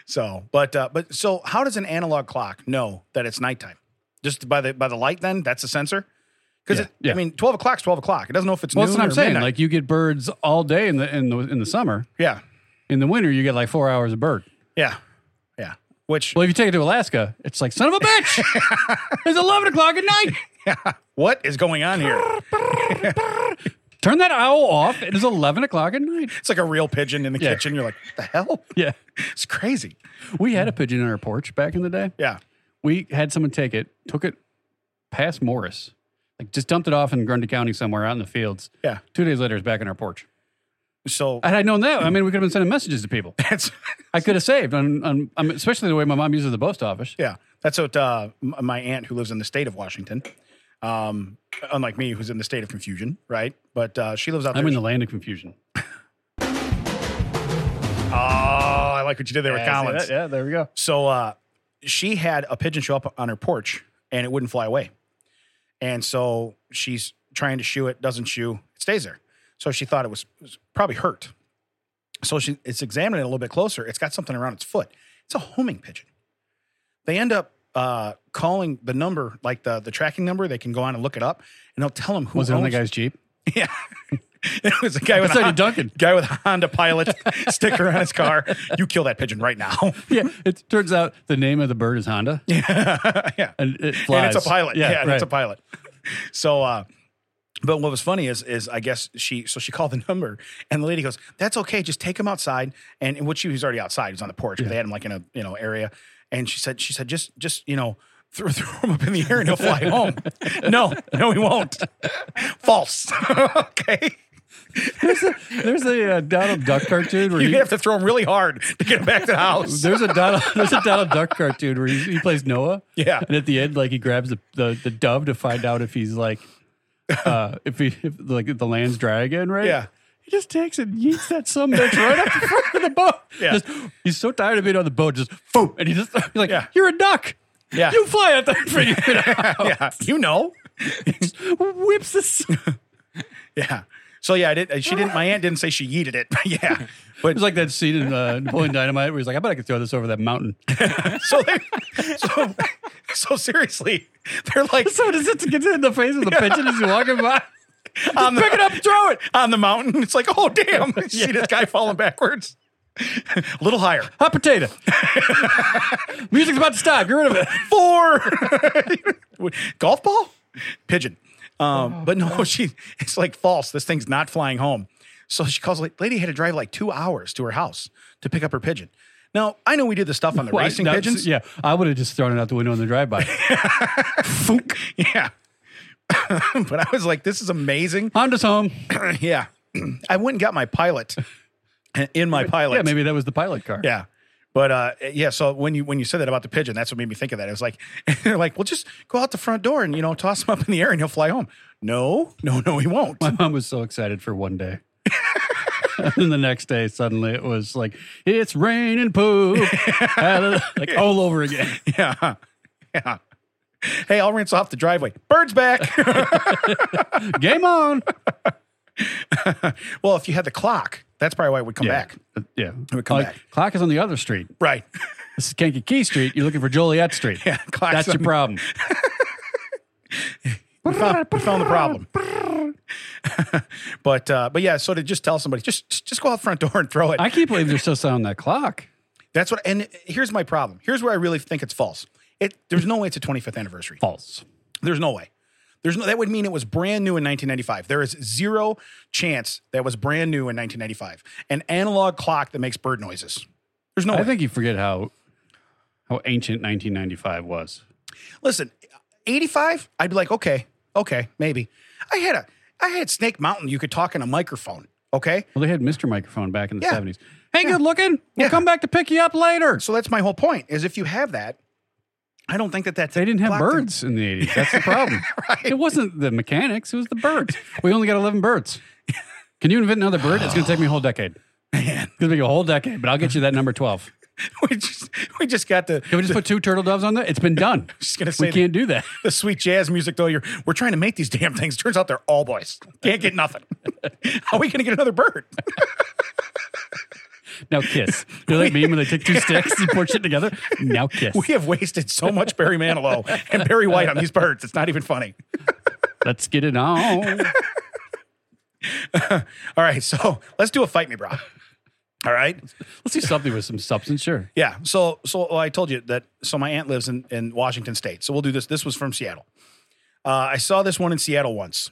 Speaker 2: So, but, uh, but so how does an analog clock know that it's nighttime? Just by the, by the light, then that's a sensor?
Speaker 1: Yeah,
Speaker 2: Because
Speaker 1: yeah.
Speaker 2: I mean, 12 o'clock's 12 o'clock. It doesn't know if it's
Speaker 1: Well,
Speaker 2: noon
Speaker 1: that's what I'm
Speaker 2: or
Speaker 1: saying.
Speaker 2: midnight.
Speaker 1: Like, you get birds all day in the, in the in the summer.
Speaker 2: yeah,
Speaker 1: In the winter, you get like four hours of bird.
Speaker 2: yeah, yeah. Which,
Speaker 1: Well, if you take it to Alaska, it's like son of a bitch. it's eleven o'clock at night.
Speaker 2: what is going on here?
Speaker 1: Turn that owl off. It is eleven o'clock at night.
Speaker 2: It's like a real pigeon in the
Speaker 1: Yeah.
Speaker 2: kitchen. You're like, what the hell?
Speaker 1: Yeah,
Speaker 2: It's crazy.
Speaker 1: we had a pigeon on our porch back in the day.
Speaker 2: Yeah.
Speaker 1: we had someone take it, took it past Morris, like just dumped it off in Grundy County somewhere out in the fields.
Speaker 2: Yeah.
Speaker 1: Two days later, it's back in our porch.
Speaker 2: So
Speaker 1: Had I known that, I mean, we could have been sending messages to people.
Speaker 2: that's
Speaker 1: I could have saved, on, on, on, especially the way my mom uses the post office.
Speaker 2: yeah, that's what uh, m- my aunt who lives in the state of Washington, um, unlike me who's in the state of confusion, right? But uh, she lives out
Speaker 1: I'm
Speaker 2: there.
Speaker 1: in the land of confusion.
Speaker 2: oh, I like what you did there with Collins.
Speaker 1: Yeah, there we go.
Speaker 2: So uh, she had a pigeon show up on her porch and it wouldn't fly away. And so she's trying to shoo it, doesn't shoo, it stays there. So she thought it was, was probably hurt. So she it's examining it a little bit closer. It's got something around its foot. It's a homing pigeon. They end up uh, calling the number, like the the tracking number. They can go on and look it up, and they'll tell them who
Speaker 1: Was it on
Speaker 2: owns
Speaker 1: the guy's Jeep?
Speaker 2: Yeah, it was a guy with
Speaker 1: That's how
Speaker 2: a,
Speaker 1: you
Speaker 2: Hon-
Speaker 1: dunk it.
Speaker 2: guy with a Honda Pilot sticker on his car. You kill that pigeon right now.
Speaker 1: Yeah. It turns out the name of the bird is Honda. Yeah. And it flies.
Speaker 2: And it's a pilot. Yeah, and
Speaker 1: right.
Speaker 2: it's a pilot. So, uh, but what was funny is, is I guess she, so she called the number and the lady goes, that's okay. Just take him outside. And, and what she was already outside, he was on the porch, but they had him like in a, you know, area. And she said, she said, just, just, you know, throw, throw him up in the air and he'll fly home. no, no, he won't. False. okay.
Speaker 1: There's a uh, Donald Duck cartoon where
Speaker 2: You
Speaker 1: you,
Speaker 2: have to throw him really hard to get him back to the house.
Speaker 1: There's a Donald, there's a Donald Duck cartoon where he, he plays Noah.
Speaker 2: Yeah.
Speaker 1: and at the end, like he grabs the, the the dove to find out if he's like, uh, if he if like the land's dry again, right?
Speaker 2: Yeah.
Speaker 1: He just takes it and yeets that some bitch right up the front of the boat.
Speaker 2: Yeah.
Speaker 1: Just- he's so tired of being on the boat, just boom, and he just he's like,
Speaker 2: Yeah.
Speaker 1: "You're a duck.
Speaker 2: Yeah.
Speaker 1: You fly at that figure it out."
Speaker 2: yeah, you know.
Speaker 1: Whips this.
Speaker 2: Yeah. So yeah, I did. She didn't. My aunt didn't say she yeeted it. But yeah. But
Speaker 1: It's like that scene in uh, Napoleon Dynamite where he's like, "I bet I could throw this over that mountain."
Speaker 2: so, they, so so seriously, they're like
Speaker 1: so does it get in the face of the pigeon as you're walking by?
Speaker 2: on the,
Speaker 1: Pick it up, throw it.
Speaker 2: on the mountain. It's like, oh damn, see this guy falling backwards. A little higher.
Speaker 1: Hot potato. Music's about to stop. Get rid of it.
Speaker 2: Four golf ball, pigeon. Um,
Speaker 1: Oh,
Speaker 2: but no, she it's like false. This thing's not flying home. So she calls. like, Lady had to drive like two hours to her house to pick up her pigeon. Now I know we did the stuff on the
Speaker 1: Well,
Speaker 2: racing
Speaker 1: that's-
Speaker 2: pigeons.
Speaker 1: Yeah, I would have just thrown it out the window in the drive-by.
Speaker 2: Fook. Yeah. but I was like, this is amazing.
Speaker 1: Honda's home.
Speaker 2: yeah. I went and got my pilot in my pilot.
Speaker 1: Yeah, maybe that was the pilot car.
Speaker 2: Yeah. But uh, yeah, so when you when you said that about the pigeon, that's what made me think of that. It was like they're like, well, just go out the front door and you know toss him up in the air and he'll fly home. No, no, no, he won't.
Speaker 1: My mom was so excited for one day. and the next day, suddenly it was like, it's raining poop. like all over again.
Speaker 2: Yeah, yeah. Hey, I'll rinse off the driveway. Bird's back.
Speaker 1: Game on.
Speaker 2: well, if you had the clock, that's probably why it would come back.
Speaker 1: Yeah.
Speaker 2: would come
Speaker 1: Like,
Speaker 2: back.
Speaker 1: Clock is on the other street.
Speaker 2: Right.
Speaker 1: This is Kankakee Street. You're looking for Joliet Street.
Speaker 2: Yeah, clock's
Speaker 1: That's your
Speaker 2: on-
Speaker 1: problem.
Speaker 2: We found, we found the problem. but uh, but yeah, so to just tell somebody, just just go out the front door and throw it.
Speaker 1: I can't believe they're still selling that clock.
Speaker 2: That's what. And here's my problem. Here's where I really think it's false. It there's no way it's a 25th anniversary.
Speaker 1: False.
Speaker 2: There's no way. There's no. That would mean it was brand new in 1995. There is zero chance that was brand new in 1995. An analog clock that makes bird noises. There's no.
Speaker 1: I
Speaker 2: way.
Speaker 1: think you forget how how ancient 1995 was.
Speaker 2: Listen, 85. I'd be like, okay, okay, maybe. I had a. I had Snake Mountain. You could talk in a microphone. Okay.
Speaker 1: Well, they had Mr. Microphone back in the
Speaker 2: Yeah.
Speaker 1: 70s. Hey, good looking. We'll
Speaker 2: Yeah.
Speaker 1: come back to pick you up later.
Speaker 2: So that's my whole point. Is if you have that, I don't think that that's.
Speaker 1: They didn't have
Speaker 2: clock thing-
Speaker 1: birds in the 80s. That's the problem. It wasn't the mechanics, it was the birds. We only got 11 birds. Can you invent another bird? It's going to take me a whole decade. Man. It's going to be a whole decade, but I'll get you that number 12.
Speaker 2: We just we just got the
Speaker 1: Can we just put two turtle doves on there? It's been done.
Speaker 2: just gonna say
Speaker 1: We
Speaker 2: that-
Speaker 1: can't do that.
Speaker 2: the sweet jazz music though you're we're trying to make these damn things turns out they're all boys can't get nothing how are we gonna get another bird
Speaker 1: Now kiss. You know that meme when they take two sticks and push it together? Now kiss.
Speaker 2: we have wasted so much barry manilow and barry white on these birds it's not even funny
Speaker 1: Let's get it on.
Speaker 2: all right so let's do a fight me bro all right
Speaker 1: Let's do something with some substance, sure.
Speaker 2: yeah so so well, i told you that so my aunt lives in in washington state so we'll do this this was from seattle uh, i saw this one in seattle once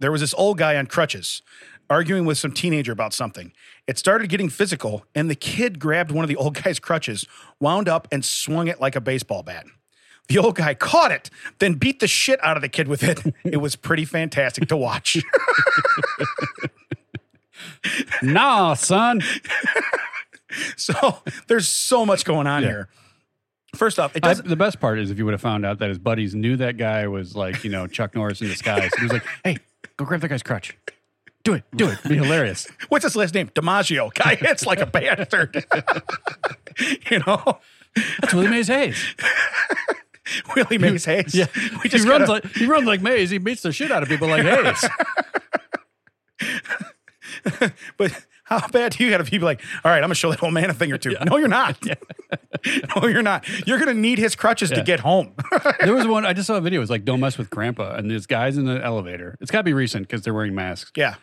Speaker 2: there was this old guy on crutches arguing with some teenager about something. It started getting physical, and the kid grabbed one of the old guy's crutches, wound up, and swung it like a baseball bat. The old guy caught it, then beat the shit out of the kid with it. It was pretty fantastic to watch.
Speaker 1: Nah, son.
Speaker 2: so there's so much going on here. First off, it
Speaker 1: I,
Speaker 2: doesn't.
Speaker 1: the best part is if you would have found out that his buddies knew that guy was like, you know, Chuck Norris in disguise. He was like, hey, go grab that guy's crutch. Do it, do it. Be hilarious.
Speaker 2: what's his last name? DiMaggio. Guy hits like a bastard. you know,
Speaker 1: That's Willie Mays Hayes.
Speaker 2: Willie Mays Hayes.
Speaker 1: Yeah.
Speaker 2: we just
Speaker 1: he runs
Speaker 2: gotta-
Speaker 1: like he runs like Mays. He beats the shit out of people like Hayes.
Speaker 2: But how bad do you got to be like, all right, I'm going to show that old man a thing or two? No, you're not. no, you're not. You're going to need his crutches to get home.
Speaker 1: there was one I just saw a video. It's like, don't mess with Grandpa. And this guy's in the elevator. It's got to be recent because they're wearing masks.
Speaker 2: yeah.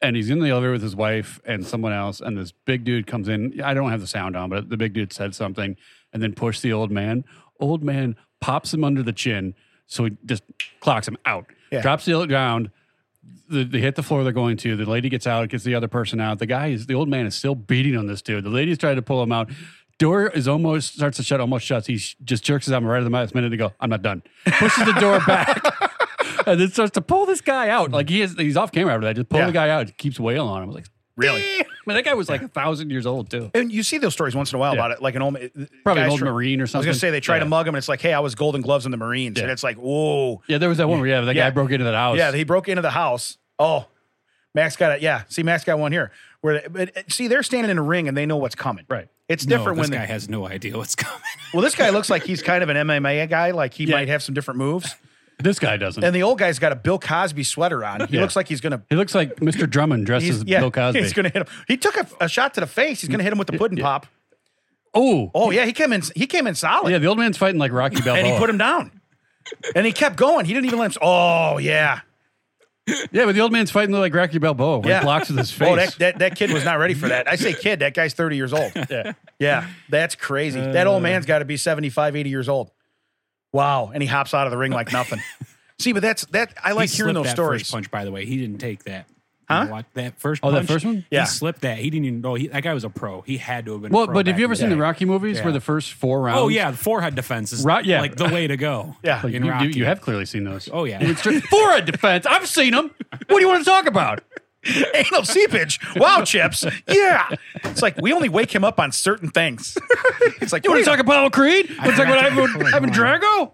Speaker 1: and he's in the elevator with his wife and someone else, and this big dude comes in. I don't have the sound on, but the big dude said something and then pushed the old man. Old man pops him under the chin, so he just clocks him out.
Speaker 2: Yeah.
Speaker 1: Drops the ground. The, they hit the floor they're going to. The lady gets out, gets the other person out. The guy is the old man is still beating on this dude. The lady's trying to pull him out. Door is almost starts to shut, almost shuts. He sh- just jerks his arm right at the last minute to go. I'm not done. Pushes the door back and then starts to pull this guy out. Like he is, he's off camera after that. Just pull
Speaker 2: Yeah.
Speaker 1: the guy out. Keeps wailing on him. I was like,
Speaker 2: Really?
Speaker 1: "Eh." Man, that guy was like a thousand years old too.
Speaker 2: And you see those stories once in a while
Speaker 1: Yeah.
Speaker 2: about it, like an old
Speaker 1: Probably an
Speaker 2: guys
Speaker 1: old
Speaker 2: try-
Speaker 1: Marine or
Speaker 2: I was
Speaker 1: something.
Speaker 2: going to say they try to
Speaker 1: Yeah.
Speaker 2: mug him, and it's like, hey, I was Golden Gloves in the Marines, and
Speaker 1: Yeah.
Speaker 2: it's like, whoa,
Speaker 1: Yeah, there was that one where yeah, that
Speaker 2: Yeah.
Speaker 1: guy broke into that house.
Speaker 2: yeah, he broke into the house. Oh Max got it. Yeah. See, Max got one here. Where but, uh, see, they're standing in a ring and they know what's coming.
Speaker 1: Right.
Speaker 2: It's
Speaker 3: No,
Speaker 2: different
Speaker 3: this
Speaker 2: when
Speaker 3: guy
Speaker 2: the,
Speaker 3: has no idea what's coming.
Speaker 2: well, this guy looks like he's kind of an MMA guy. Like he
Speaker 1: Yeah.
Speaker 2: might have some different moves.
Speaker 1: This guy doesn't.
Speaker 2: And the old guy's got a Bill Cosby sweater on. He
Speaker 1: Yeah.
Speaker 2: looks like he's gonna.
Speaker 1: he looks like Mr. Drummond dressed
Speaker 2: He's,
Speaker 1: as
Speaker 2: yeah,
Speaker 1: Bill Cosby.
Speaker 2: he's gonna hit him. He took a, a shot to the face. He's gonna hit him with the pudding pop.
Speaker 1: oh,
Speaker 2: Oh yeah, he came in. He came in solid,
Speaker 1: yeah. Oh. The old man's fighting like Rocky Balboa.
Speaker 2: and he put him down. And he kept going. He didn't even let him. s- Oh yeah,
Speaker 1: yeah, but the old man's fighting like Rocky Balboa. Where
Speaker 2: Yeah.
Speaker 1: He blocks with his face.
Speaker 2: Oh, that, that that kid was not ready for that. I say kid. That guy's thirty years old.
Speaker 1: yeah.
Speaker 2: Yeah, that's crazy. that old man's got to be 75, 80 years old. Wow. And he hops out of the ring like nothing. See, but that's that. I like
Speaker 3: he
Speaker 2: hearing
Speaker 3: slipped
Speaker 2: those
Speaker 3: that
Speaker 2: stories.
Speaker 3: First punch, by the way, he didn't take that.
Speaker 2: Huh?
Speaker 3: You know, That first.
Speaker 1: Oh, that
Speaker 3: punch,
Speaker 1: first one?
Speaker 2: Yeah.
Speaker 3: He slipped that. He didn't even know. He, that guy was a pro. He had to have been. a
Speaker 1: Well,
Speaker 3: pro
Speaker 1: but have
Speaker 3: back
Speaker 1: you
Speaker 3: in
Speaker 1: ever seen
Speaker 3: day.
Speaker 1: the Rocky movies
Speaker 2: Yeah.
Speaker 1: where the first four rounds?
Speaker 3: Oh yeah, the forehead defense is
Speaker 1: Right, yeah.
Speaker 3: like the way to go.
Speaker 2: Yeah.
Speaker 1: Like, you,
Speaker 3: in
Speaker 1: you,
Speaker 3: Rocky.
Speaker 1: you have clearly seen those.
Speaker 3: Oh, yeah.
Speaker 1: And it's true. For a defense, I've seen them. What do you want to talk about?
Speaker 2: Anal seepage. Wow, chips. Yeah. It's like we only wake him up on certain things. It's like
Speaker 1: You want to talk about Apollo Creed? You want to talk about
Speaker 3: forgot to-
Speaker 1: Ivan, Ivan Drago?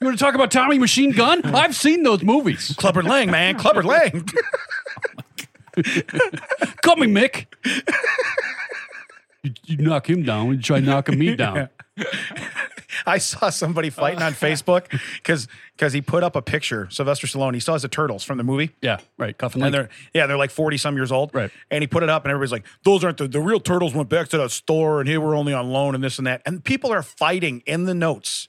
Speaker 1: You want to talk about Tommy Machine Gun? I've seen those movies.
Speaker 2: Clubber Lang, man. Clubber Lang.
Speaker 1: Call me Mick. You, you knock him down and try knocking me down.
Speaker 2: I saw somebody fighting on Facebook because because he put up a picture. Sylvester Stallone. He still has the turtles from the movie.
Speaker 1: Yeah, right. Cuff and
Speaker 2: And
Speaker 1: link.
Speaker 2: they're yeah, they're like forty some years old.
Speaker 1: Right.
Speaker 2: And he put it up, and everybody's like, "Those aren't the the real turtles." Went back to that store, and here we're only on loan, and this and that. And people are fighting in the notes,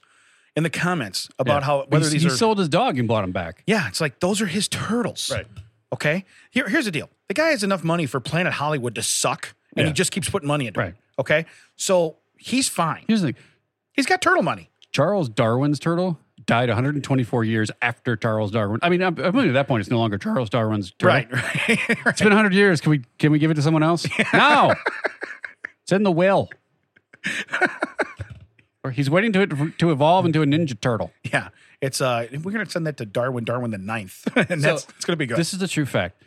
Speaker 2: in the comments about
Speaker 1: Yeah.
Speaker 2: how whether
Speaker 1: He-
Speaker 2: these
Speaker 1: he
Speaker 2: are.
Speaker 1: sold his dog and bought him back.
Speaker 2: yeah, it's like those are his turtles.
Speaker 1: Right.
Speaker 2: Okay. Here, here's the deal. The guy has enough money for Planet Hollywood to suck, and
Speaker 1: Yeah.
Speaker 2: he just keeps putting money into
Speaker 1: Right.
Speaker 2: it. Okay. So he's fine.
Speaker 1: Here's the thing.
Speaker 2: He's got turtle money.
Speaker 1: Charles Darwin's turtle died 124 years after Charles Darwin. I mean, I'm, I'm at that point, it's no longer Charles Darwin's turtle.
Speaker 2: Right. Right.
Speaker 1: It's been 100 years. Can we can we give it to someone else? No. It's in the will. or he's waiting to it to evolve into a ninja turtle.
Speaker 2: yeah. It's uh, we're gonna send that to Darwin. Darwin the ninth, and that's it's gonna be good.
Speaker 1: This is the true fact.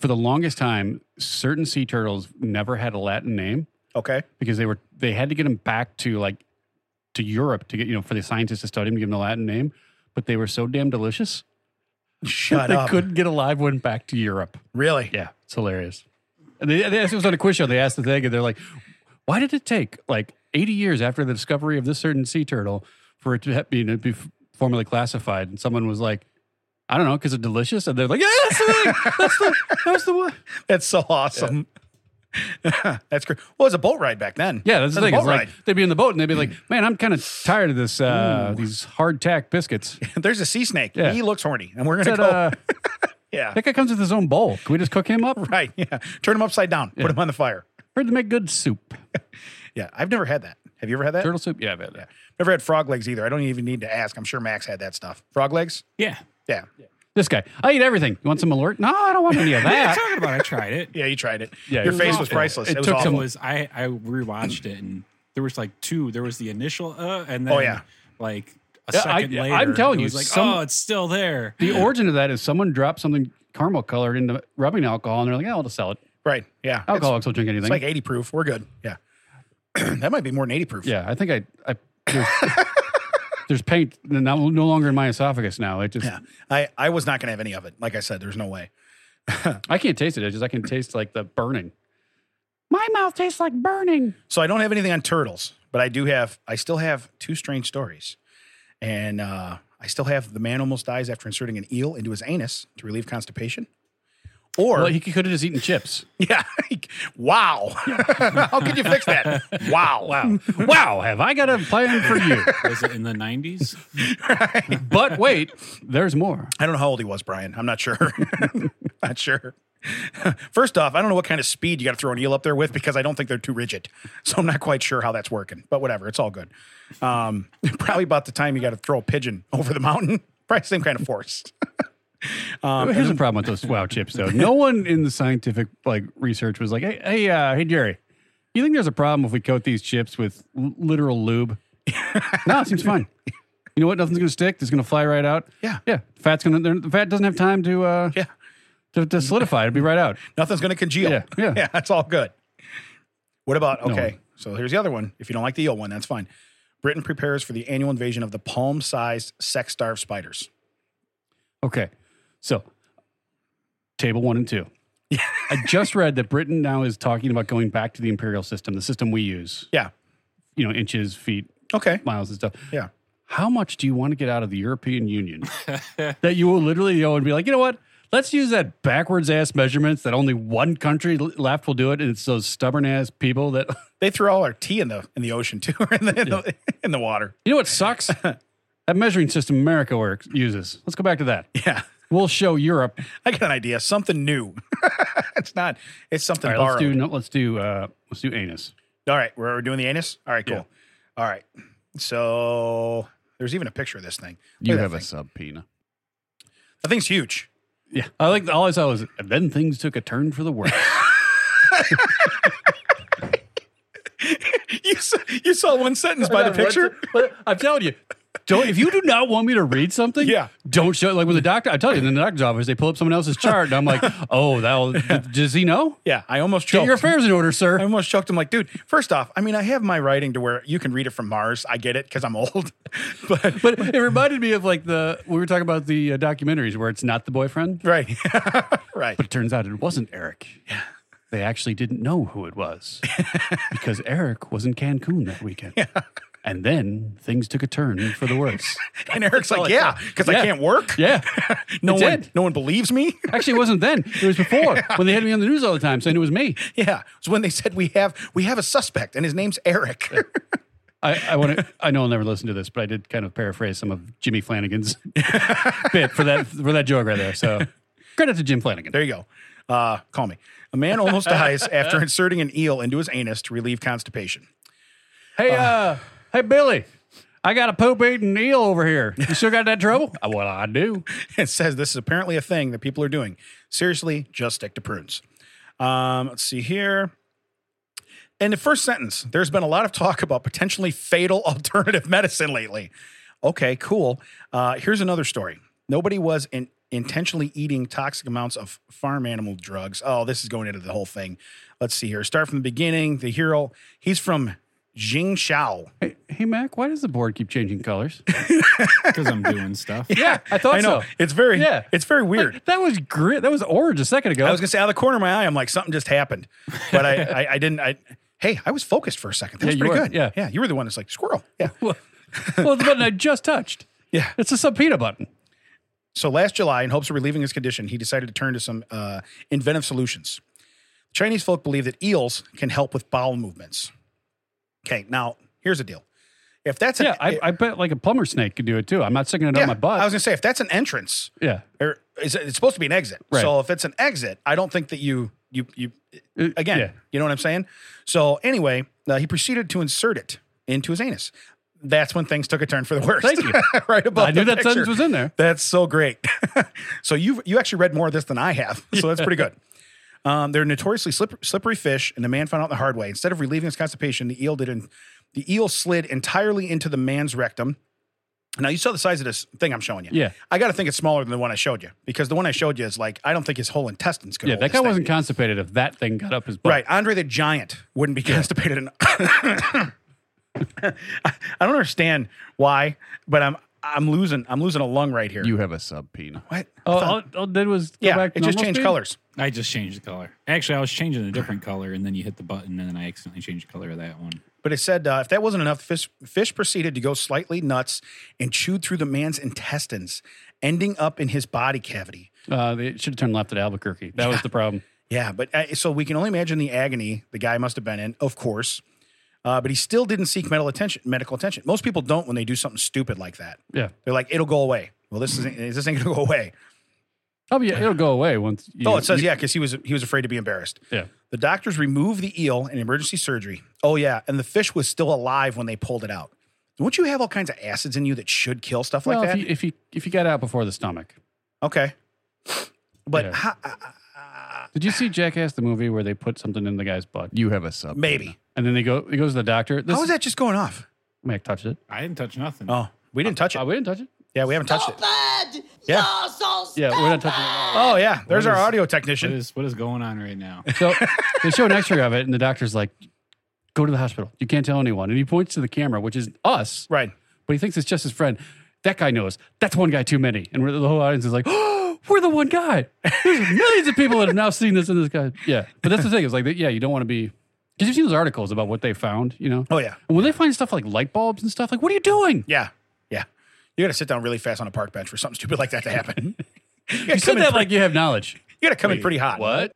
Speaker 1: For the longest time, certain sea turtles never had a Latin name
Speaker 2: okay.
Speaker 1: because they were they had to get them back to like to Europe to get you know for the scientists to study them, give them the Latin name. But they were so damn delicious,
Speaker 2: Shut
Speaker 1: they
Speaker 2: up.
Speaker 1: couldn't get a live one back to Europe.
Speaker 2: um, Really.
Speaker 1: Yeah, it's hilarious. And they, they asked, it was on a quiz show. They asked the thing, and they're like, "Why did it take like 80 years after the discovery of this certain sea turtle for it to have, you know, be formally classified?" And someone was like, "I don't know, because it's delicious." And they're like, "Yeah, that's the, thing. that's the that was the one."
Speaker 2: That's so awesome. That's great. Well, it was a boat ride back then.
Speaker 1: Yeah, that's the
Speaker 2: It was
Speaker 1: thing.
Speaker 2: a
Speaker 1: It's
Speaker 2: boat
Speaker 1: like they'd be in the boat Mm. and they'd be like, "Man, I'm kind of tired of this uh, these hard tack biscuits."
Speaker 2: ride. There's a sea snake.
Speaker 1: Yeah.
Speaker 2: He looks horny, and we're
Speaker 1: Said,
Speaker 2: gonna go.
Speaker 1: uh,
Speaker 2: yeah,
Speaker 1: that guy comes with his own bowl. Can we just cook him up?
Speaker 2: right. Yeah, turn him upside down. Put him on the fire.
Speaker 1: Heard to make good soup,
Speaker 2: Yeah, I've never had that. Have you ever had that?
Speaker 1: turtle soup. Yeah, I've had that.
Speaker 2: Never had frog legs either. I don't even need to ask. I'm sure Max had that stuff. Frog legs.
Speaker 3: Yeah.
Speaker 2: Yeah.
Speaker 1: This guy, I eat everything. You want some alert? No, I don't want any of
Speaker 3: What are you
Speaker 1: that.
Speaker 3: talking about? I tried it.
Speaker 2: Yeah, you tried it.
Speaker 1: Yeah, it
Speaker 2: your
Speaker 1: was
Speaker 2: face was
Speaker 1: awful.
Speaker 2: priceless.
Speaker 1: It
Speaker 2: It, was
Speaker 1: took
Speaker 2: awful.
Speaker 1: some-
Speaker 3: It was I I rewatched it and there was like two. There was the initial uh and then
Speaker 2: Oh, yeah.
Speaker 3: like a
Speaker 1: Yeah, I-
Speaker 3: second
Speaker 1: I'm
Speaker 3: later.
Speaker 1: telling
Speaker 3: it
Speaker 1: you,
Speaker 3: was like
Speaker 1: some-
Speaker 3: oh it's still there.
Speaker 1: The origin of that is someone dropped something caramel colored into rubbing alcohol, and they're like, "Yeah, I'll just sell it."
Speaker 2: Right. Yeah. It's-
Speaker 1: Alcoholics will drink anything.
Speaker 2: It's, like 80 proof. We're good. Yeah. that might be more than 80 proof.
Speaker 1: yeah, I think I. I there's, there's paint now no longer in my esophagus now. It just
Speaker 2: Yeah. I I was not gonna have any of it. Like I said, there's no way.
Speaker 1: I can't taste it. I just I can taste like the burning. My mouth tastes like burning.
Speaker 2: So I don't have anything on turtles, but I do have. I still have two strange stories, and uh, I still have the man almost dies after inserting an eel into his anus to relieve constipation. Or
Speaker 1: Well, he could have just eaten chips.
Speaker 2: yeah, wow. How could you fix that? Wow, wow.
Speaker 1: wow, have I got a plan for you?
Speaker 3: Was it in the nineties?
Speaker 1: But wait, there's more.
Speaker 2: I don't know how old he was, Brian. I'm not sure. not sure. First off, I don't know what kind of speed you got to throw an eel up there with because I don't think they're too rigid. So I'm not quite sure how that's working, but whatever. It's all good. Um, probably about the time you got to throw a pigeon over the mountain. Probably same kind of force.
Speaker 1: Here's the problem with those wow chips, though. No one in the scientific like research was like, "Hey, hey, uh, hey, Jerry, you think there's a problem if we coat these chips with l- literal lube?" no, it seems fine. You know what? Nothing's going to stick. It's going to fly right out.
Speaker 2: Yeah.
Speaker 1: yeah. Fat's going to. The fat doesn't have time to uh,
Speaker 2: Yeah.
Speaker 1: to, to solidify. It'll be right out.
Speaker 2: Nothing's going to congeal.
Speaker 1: Yeah, yeah.
Speaker 2: That's all good. What about, okay. So here's the other one. If you don't like the eel one, that's fine. Britain prepares for the annual invasion of the palm sized sex starved spiders.
Speaker 1: Okay, so Table one and two. I just read that Britain now is talking about going back to the imperial system, the system we use.
Speaker 2: Yeah.
Speaker 1: You know, inches, feet,
Speaker 2: Okay.
Speaker 1: miles, and stuff.
Speaker 2: Yeah.
Speaker 1: How much do you want to get out of the European Union that you will literally go and be like, you know what? Let's use that backwards ass measurements that only one country l- left will do it, and it's those stubborn ass people that
Speaker 2: They threw all our tea in the in the ocean too, or in the in, the, in the water.
Speaker 1: You know what sucks? that measuring system America works uses. Let's go back to that.
Speaker 2: Yeah.
Speaker 1: We'll show Europe.
Speaker 2: I got an idea. Something new. it's not. It's something
Speaker 1: All right, let's
Speaker 2: borrowed.
Speaker 1: do no, let's do uh, let's do anus.
Speaker 2: All right, we're we're doing the anus. All right, cool.
Speaker 1: Yeah.
Speaker 2: All right. So there's even a picture of this thing. Look
Speaker 1: You
Speaker 2: at that
Speaker 1: have a
Speaker 2: thing.
Speaker 1: sub pena.
Speaker 2: The thing's huge.
Speaker 1: Yeah, I like all I saw was and then things took a turn for the worse.
Speaker 2: you saw, you saw one sentence by the picture.
Speaker 1: but I'm telling you. Don't, if you do not want me to read something,
Speaker 2: Yeah.
Speaker 1: don't show it. Like with the doctor, I tell you, in the doctor's office, they pull up someone else's chart, and I'm like, oh, that'll, does he know?
Speaker 2: Yeah, I almost
Speaker 1: Get
Speaker 2: choked.
Speaker 1: your affairs in order,
Speaker 2: I
Speaker 1: sir.
Speaker 2: almost choked. I'm like, dude. First off, I mean, I have my writing to where you can read it from Mars. I get it because I'm old. but
Speaker 1: But it reminded me of like the, we were talking about the uh, documentaries where it's not the boyfriend.
Speaker 2: right, right.
Speaker 1: But it turns out it wasn't Eric. Yeah. They actually didn't know who it was because Eric was in Cancun that weekend. And then things took a turn for the worse.
Speaker 2: And Eric's like,
Speaker 1: all I
Speaker 2: yeah,
Speaker 1: saw.
Speaker 2: because
Speaker 1: Yeah.
Speaker 2: I can't work.
Speaker 1: Yeah.
Speaker 2: No
Speaker 1: It
Speaker 2: one,
Speaker 1: did.
Speaker 2: no one believes me.
Speaker 1: Actually, it wasn't then. It was before when they had me on the news all the time saying it was me.
Speaker 2: yeah, it's when they said we have we have a suspect and his name's Eric.
Speaker 1: I, I want to. I know I'll never listen to this, but I did kind of paraphrase some of Jimmy Flanagan's bit for that for that joke right there. So credit to Jim Flanagan.
Speaker 2: There you go. Uh, call me. A man almost dies after inserting an eel into his anus to relieve constipation.
Speaker 1: Hey, uh, hey, Billy, I got a poop eating eel over here. You still got that trouble? Uh, well, I do.
Speaker 2: It says this is apparently a thing that people are doing. Seriously, just stick to prunes. Um, let's see here. In the first sentence, there's been a lot of talk about potentially fatal alternative medicine lately. Okay, cool. Uh, here's another story. Nobody was in, intentionally eating toxic amounts of farm animal drugs. Oh, this is going into the whole thing. Let's see here. Start from the beginning. The hero, he's from Jingshao.
Speaker 1: Hey, hey, Mac, why does the board keep changing colors?
Speaker 3: because I'm doing stuff.
Speaker 1: Yeah, I thought
Speaker 2: I know.
Speaker 1: so.
Speaker 2: It's very
Speaker 1: Yeah.
Speaker 2: it's very weird.
Speaker 1: That was grit. That was orange a second ago.
Speaker 2: I was gonna say out of the corner of my eye, I'm like, something just happened. But I I, I didn't I hey, I was focused for a second. That
Speaker 1: Yeah,
Speaker 2: was
Speaker 1: you
Speaker 2: pretty
Speaker 1: were.
Speaker 2: good.
Speaker 1: Yeah.
Speaker 2: Yeah. You were the one that's like, squirrel. Yeah.
Speaker 1: well, it's the button I just touched.
Speaker 2: Yeah.
Speaker 1: It's a subpoena button.
Speaker 2: So last July, in hopes of relieving his condition, he decided to turn to some uh, inventive solutions. Chinese folk believe that eels can help with bowel movements. Okay, now here's the deal. If that's an e,
Speaker 1: Yeah, I, I bet like a plumber snake could do it too. I'm not sticking it
Speaker 2: yeah,
Speaker 1: on my butt.
Speaker 2: I was gonna say if that's an entrance,
Speaker 1: yeah,
Speaker 2: or is it, it's supposed to be an exit.
Speaker 1: Right.
Speaker 2: So if it's an exit, I don't think that you you you
Speaker 1: Uh,
Speaker 2: again.
Speaker 1: yeah.
Speaker 2: You know what I'm saying? So anyway, uh, he proceeded to insert it into his anus. That's when things took a turn for the worst.
Speaker 1: Thank you.
Speaker 2: right above.
Speaker 1: I knew
Speaker 2: the
Speaker 1: that sentence
Speaker 2: picture.
Speaker 1: was in there.
Speaker 2: That's so great. so you you actually read more of this than I have. So that's pretty good. Um, they're notoriously slip, slippery fish, and the man found out the hard way. Instead of relieving his constipation, the eel did, in, the eel slid entirely into the man's rectum. Now you saw the size of this thing I'm showing you.
Speaker 1: Yeah.
Speaker 2: I got to think it's smaller than the one I showed you because the one I showed you is like I don't think his whole intestines could.
Speaker 1: yeah.
Speaker 2: hold
Speaker 1: That
Speaker 2: this
Speaker 1: guy
Speaker 2: thing.
Speaker 1: wasn't constipated if that thing got up his butt.
Speaker 2: Right. Andre the Giant wouldn't be constipated. En- I don't understand why, but I'm I'm losing I'm losing a lung right here.
Speaker 1: You have a subpoena.
Speaker 2: what?
Speaker 1: Oh, all, all it did was go
Speaker 2: yeah,
Speaker 1: back.
Speaker 2: it just
Speaker 1: normal
Speaker 2: changed
Speaker 1: speed?
Speaker 2: colors.
Speaker 3: I just changed the color. Actually, I was changing a different color, and then you hit the button, and then I accidentally changed the color of that one.
Speaker 2: But it said uh, if that wasn't enough, fish, fish proceeded to go slightly nuts and chewed through the man's intestines, ending up in his body cavity.
Speaker 1: Uh, it should have turned left at Albuquerque. That was the problem.
Speaker 2: Yeah, but uh, so we can only imagine the agony the guy must have been in, of course. Uh, but he still didn't seek medical attention. Medical attention. Most people don't when they do something stupid like that.
Speaker 1: Yeah.
Speaker 2: They're like, "It'll go away." Well, this isn't. This ain't gonna go away.
Speaker 1: Oh, yeah. It'll go away once. You,
Speaker 2: oh, it says
Speaker 1: you-
Speaker 2: yeah, because he was he was afraid to be embarrassed.
Speaker 1: Yeah.
Speaker 2: The doctors removed the eel in emergency surgery. Oh yeah, and the fish was still alive when they pulled it out. Don't you have all kinds of acids in you that should kill stuff like
Speaker 1: Well,
Speaker 2: that?
Speaker 1: if you, if you if you got out before the stomach,
Speaker 2: okay, but
Speaker 1: Yeah.
Speaker 2: ha- uh,
Speaker 1: did you see Jackass the movie where they put something in the guy's butt? You have a sub.
Speaker 2: maybe
Speaker 1: And then they go. He goes to the doctor. This
Speaker 2: how is that just going off?
Speaker 1: Mac touched it.
Speaker 3: I didn't touch nothing.
Speaker 2: Oh, we didn't touch it.
Speaker 1: Oh, we didn't touch it.
Speaker 2: yeah, we haven't
Speaker 1: Oh,
Speaker 2: touched it.
Speaker 5: Stupid!
Speaker 2: Yeah.
Speaker 5: You're so
Speaker 1: Yeah, we're not touching
Speaker 5: stupid!
Speaker 2: Oh yeah, there's our
Speaker 3: is-
Speaker 2: audio
Speaker 3: What
Speaker 2: technician.
Speaker 3: is what is going on right now?
Speaker 1: So they show an X-ray of it, and the doctor's like, "Go to the hospital. You can't tell anyone." And he points to the camera, which is us,
Speaker 2: Right.
Speaker 1: but he thinks it's just his friend. That guy knows. That's one guy too many. And we're- the whole audience is like, "Oh, we're the one guy. There's millions of people that have now seen this in this guy. Yeah, but that's the thing. It's like, yeah, you don't want to be because you've seen those articles about what they found. You know,
Speaker 2: Oh yeah,
Speaker 1: and when they find stuff like light bulbs and stuff, like, what are you doing?
Speaker 2: yeah, yeah. You got to sit down really fast on a park bench for something stupid like that to happen. you got
Speaker 1: You
Speaker 2: to come,
Speaker 1: said
Speaker 2: in,
Speaker 1: that
Speaker 2: pre-
Speaker 1: like you have knowledge.
Speaker 2: you gotta come in pretty hot.
Speaker 1: What?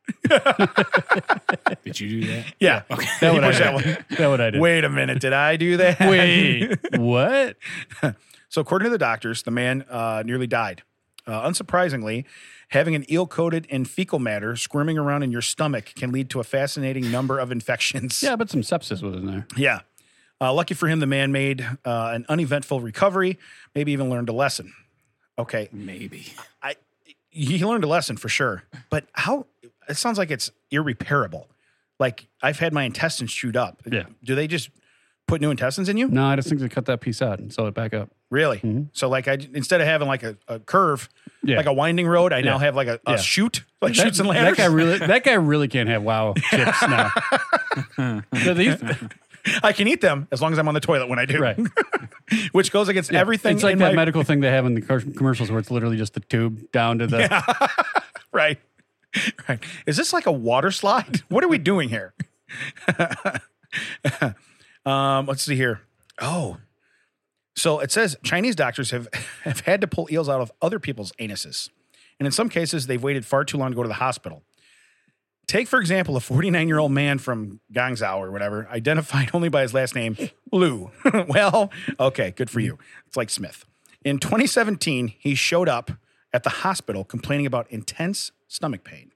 Speaker 3: Did you do that?
Speaker 2: Yeah.
Speaker 1: That what I
Speaker 2: Push that
Speaker 1: did. That what I did.
Speaker 2: Wait a minute, did I do that?
Speaker 1: Wait, what?
Speaker 2: So, according to the doctors, the man uh, nearly died. Uh, unsurprisingly, having an eel coated in fecal matter squirming around in your stomach can lead to a fascinating number of infections.
Speaker 1: Yeah, but some sepsis was in there.
Speaker 2: Yeah. Uh, lucky for him, the man made uh, an uneventful recovery, maybe even learned a lesson. Okay.
Speaker 3: Maybe.
Speaker 2: He learned a lesson for sure. But how, it sounds like it's irreparable. Like, I've had my intestines chewed up.
Speaker 1: Yeah.
Speaker 2: Do they just put new intestines in you?
Speaker 1: No, I just think they cut that piece out and sew it back up.
Speaker 2: Really? So like I instead of having like a, a curve,
Speaker 1: Mm-hmm. Yeah.
Speaker 2: like a winding road, I now
Speaker 1: Yeah.
Speaker 2: have like a, a
Speaker 1: Yeah.
Speaker 2: chute, like
Speaker 1: That-
Speaker 2: shoots and ladders.
Speaker 1: That guy really, that guy really can't have wow chips now. No, they used-
Speaker 2: I can eat them as long as I'm on the toilet when I do.
Speaker 1: right.
Speaker 2: Which goes against everything.
Speaker 1: It's like
Speaker 2: in
Speaker 1: that
Speaker 2: my-
Speaker 1: medical thing they have in the car- commercials where it's literally just the tube down to the.
Speaker 2: right. Right. Is this like a water slide? What are we doing here? um, let's see here. Oh. So it says Chinese doctors have, have had to pull eels out of other people's anuses. And in some cases, they've waited far too long to go to the hospital. Take, for example, a 49 year old man from Gangzhou or whatever, identified only by his last name, Liu. well, okay, good for you. It's like Smith. In 2017, he showed up at the hospital complaining about intense stomach pain.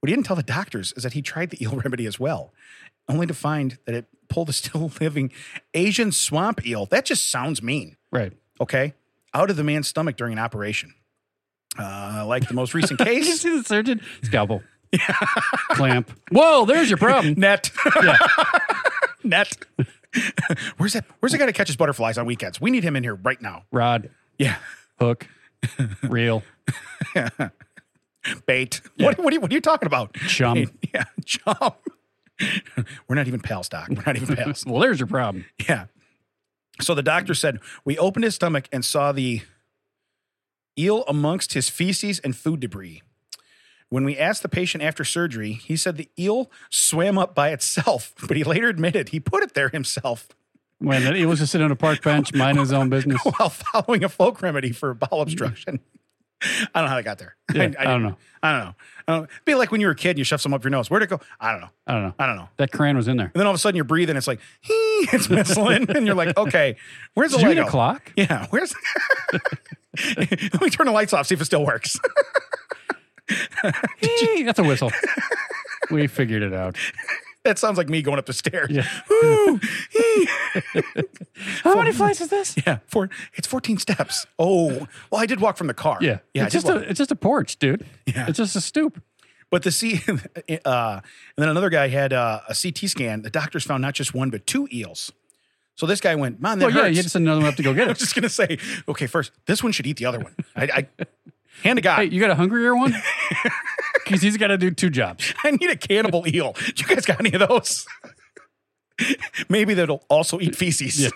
Speaker 2: What he didn't tell the doctors is that he tried the eel remedy as well, only to find that it pulled a still living Asian swamp eel. That just sounds mean
Speaker 1: Right.
Speaker 2: okay, out of the man's stomach during an operation. Uh, like the most recent
Speaker 1: Did you
Speaker 2: case,
Speaker 1: see the surgeon? Scalpel. Clamp. Whoa, there's your problem.
Speaker 2: net, net. where's that? Where's the guy that catches butterflies on weekends? We need him in here right now.
Speaker 1: Rod,
Speaker 2: Yeah,
Speaker 1: hook, reel,
Speaker 2: bait. What, what, are you, what are you talking about?
Speaker 1: chum.
Speaker 2: Yeah, chum. We're not even pals, Doc. We're not even pals.
Speaker 1: Well, there's your problem.
Speaker 2: Yeah. So the doctor said, We opened his stomach and saw the eel amongst his feces and food debris. When we asked the patient after surgery, he said the eel swam up by itself, but he later admitted he put it there himself
Speaker 1: When it was just sitting on a park bench, minding his own business.
Speaker 2: while following a folk remedy for bowel obstruction. I don't know how they got there.
Speaker 1: Yeah, I don't
Speaker 2: didn't-
Speaker 1: know.
Speaker 2: I don't know. I don't know. It'd be like when you were a kid and you shove some up your nose. Where'd it go? I don't know.
Speaker 1: I don't know.
Speaker 2: I don't know.
Speaker 1: That crayon was in there.
Speaker 2: And then all of a sudden you're breathing. It's like, "Hee," it's whistling. and you're like, okay, where's the
Speaker 1: Did you get
Speaker 2: Lego?
Speaker 1: a clock?
Speaker 2: Yeah, where's? Let me turn the lights off. See if it still works.
Speaker 1: Hey, That's a whistle. We figured it out.
Speaker 2: that sounds like me going up the stairs.
Speaker 1: Yeah.
Speaker 2: Ooh, ee.
Speaker 1: How many flights is this?
Speaker 2: yeah. Four. It's fourteen steps. Oh, well, I did walk from the car.
Speaker 1: Yeah.
Speaker 2: yeah. I
Speaker 1: It's
Speaker 2: did
Speaker 1: just
Speaker 2: walk.
Speaker 1: a it's just a porch, dude.
Speaker 2: Yeah.
Speaker 1: It's just a stoop.
Speaker 2: But the C, uh, and then another guy had uh, a CT scan. The doctors found not just one but two eels. So this guy went, man, that
Speaker 1: Well, yeah,
Speaker 2: hurts."
Speaker 1: you just another one up to go get
Speaker 2: I was
Speaker 1: it.
Speaker 2: just gonna say, okay, first this one should eat the other one. I, I hand to God,
Speaker 1: Hey, you got a hungrier one? Because he's got to do two jobs.
Speaker 2: I need a cannibal eel. You guys got any of those? Maybe that'll also eat feces.
Speaker 1: Yeah.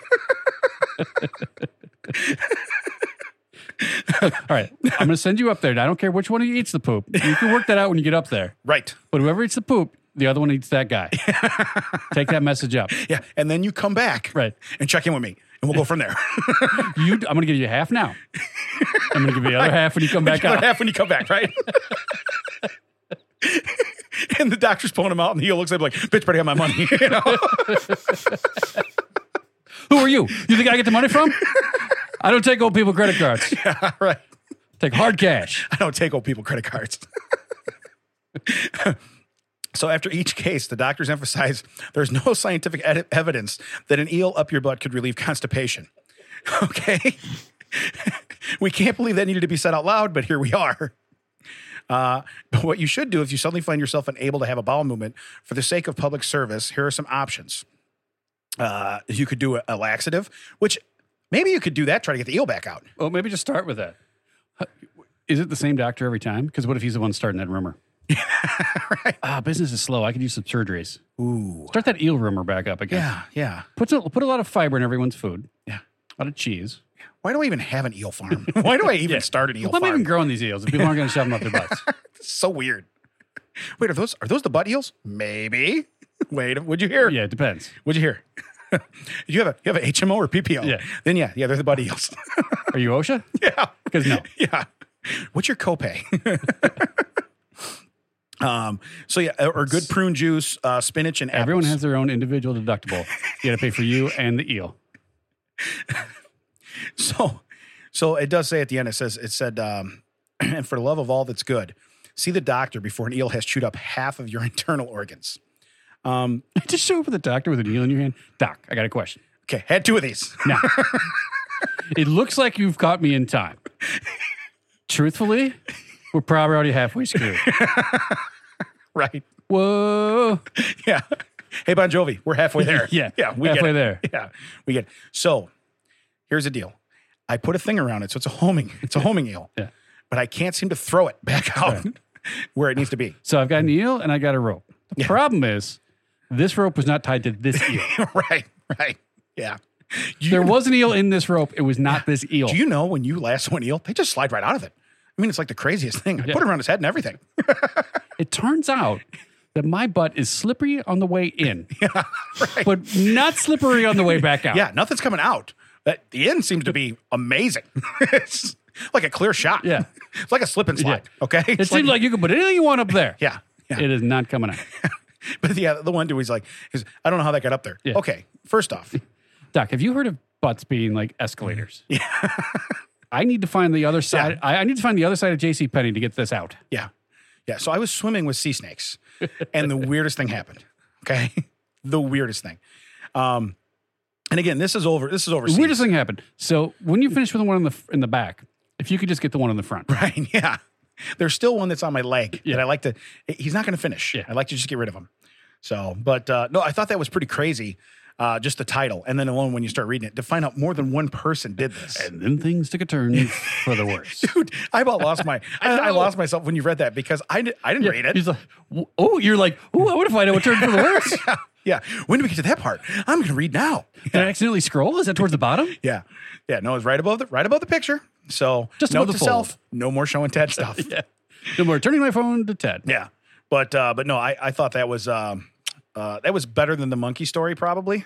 Speaker 1: All right, I'm going to send you up there. and I don't care which one of you eats the poop. You can work that out when you get up there.
Speaker 2: Right.
Speaker 1: But whoever eats the poop, the other one eats that guy. Take that message up.
Speaker 2: Yeah. And then you come back
Speaker 1: Right.
Speaker 2: and check in with me and we'll go from there.
Speaker 1: You, I'm going to give you half now. I'm going to give you the other half when you come back
Speaker 2: The other
Speaker 1: out.
Speaker 2: half when you come back, right? and the doctor's pulling him out and he looks at him like, bitch, better have my money. you know?
Speaker 1: Who are you? You think I get the money from? I don't take old people credit cards.
Speaker 2: right.
Speaker 1: Take hard cash.
Speaker 2: I don't take old people credit cards. so after each case, the doctors emphasize there's no scientific ed- evidence that an eel up your butt could relieve constipation. Okay. we can't believe that needed to be said out loud, but here we are. Uh, but what you should do if you suddenly find yourself unable to have a bowel movement for the sake of public service, here are some options. Uh, you could do a, a laxative, which maybe you could do that, try to get the eel back out.
Speaker 1: Well, maybe just start with that. Is it the same doctor every time? Because what if he's the one starting that rumor? Ah, business is slow. I could use some surgeries.
Speaker 2: Ooh.
Speaker 1: Start that eel rumor back up again.
Speaker 2: Yeah, yeah.
Speaker 1: Put, a, put a lot of fiber in everyone's food.
Speaker 2: Yeah.
Speaker 1: A lot of cheese.
Speaker 2: Why do I even have an eel farm? Why do I even
Speaker 1: Yeah.
Speaker 2: start an eel
Speaker 1: Well, I'm
Speaker 2: farm?
Speaker 1: even growing these eels. and People aren't going to shove them up their butts.
Speaker 2: It's so weird. Wait, are those are those the butt eels? Maybe. Wait, would you hear?
Speaker 1: Yeah, it depends.
Speaker 2: What'd you hear? you have a you have a HMO or PPO?
Speaker 1: Yeah.
Speaker 2: Then yeah, yeah, they're the buddy eels.
Speaker 1: Are you OSHA?
Speaker 2: yeah.
Speaker 1: Because no.
Speaker 2: Yeah. What's your copay? um, so yeah, or good prune juice, uh, spinach and apples.
Speaker 1: Everyone has their own individual deductible. You got to pay for you and the eel.
Speaker 2: So, so it does say at the end. It says it said, um, and for the love of all that's good, see the doctor before an eel has chewed up half of your internal organs. Um,
Speaker 1: Just show up at the doctor with an eel in your hand. Doc, I got a question.
Speaker 2: okay, had two of these.
Speaker 1: Now, it looks like you've caught me in time. Truthfully, we're probably already halfway screwed.
Speaker 2: right.
Speaker 1: Whoa.
Speaker 2: Yeah. Hey, Bon Jovi, we're halfway there.
Speaker 1: Yeah.
Speaker 2: Yeah. We
Speaker 1: halfway
Speaker 2: get it.
Speaker 1: there.
Speaker 2: Yeah. We get it. So here's the deal. I put a thing around it. So it's a homing, it's a homing eel.
Speaker 1: Yeah.
Speaker 2: But I can't seem to throw it back out where it needs to be.
Speaker 1: So I've got an eel and I got a rope. The
Speaker 2: Yeah.
Speaker 1: problem is this rope was not tied to this eel.
Speaker 2: right. Right. Yeah. You-
Speaker 1: There was an eel in this rope. It was not this eel.
Speaker 2: Do you know when you lasso an eel, they just slide right out of it? I mean, it's like the craziest thing. I
Speaker 1: Yeah.
Speaker 2: put it around his head and everything.
Speaker 1: It turns out that my butt is slippery on the way in, but not slippery on the way back out.
Speaker 2: Yeah, nothing's coming out. That the end seems to be amazing. it's like a clear shot.
Speaker 1: Yeah.
Speaker 2: It's like a slip and slide.
Speaker 1: Yeah.
Speaker 2: Okay.
Speaker 1: It seems like, you can put anything you want up there.
Speaker 2: yeah. Yeah.
Speaker 1: It is not coming out.
Speaker 2: But yeah, the one dude was like, he's, I don't know how that got up there.
Speaker 1: Yeah.
Speaker 2: Okay, first off,
Speaker 1: Doc, have you heard of butts being like escalators? Yeah. I need to find the other side. I, I need to find the other side of JC Penny to get this out.
Speaker 2: yeah, yeah. So I was swimming with sea snakes, and the weirdest thing happened. Okay, the weirdest thing. Um, and again, this is over. This is over.
Speaker 1: The weirdest thing happened. So when you finish with the one in the in the back, if you could just get the one in the front.
Speaker 2: Right. Yeah. There's still one that's on my leg
Speaker 1: Yeah.
Speaker 2: that I like to, he's not going to finish.
Speaker 1: Yeah.
Speaker 2: I like to just get rid of him. So, but uh, no, I thought that was pretty crazy. Uh, just the title. And then alone when you start reading it to find out more than one person did this.
Speaker 1: And then things took a turn for the worse.
Speaker 2: Dude, I about lost my, I, I
Speaker 1: know.
Speaker 2: lost myself when you read that because I, di- I didn't read it.
Speaker 1: He's like, "W- oh, you're like, oh, I want to find out what turned for the worse.
Speaker 2: Yeah. When do we get to that part? I'm going to read now.
Speaker 1: Did I accidentally scroll? Is that towards the bottom?
Speaker 2: Yeah. Yeah. No, it's right above the, right above the picture. So
Speaker 1: Just
Speaker 2: note
Speaker 1: above
Speaker 2: to
Speaker 1: the
Speaker 2: self, no more showing Ted stuff. yeah.
Speaker 1: No more turning my phone to Ted.
Speaker 2: Yeah. But uh, but no, I, I thought that was um, uh, that was better than the monkey story probably.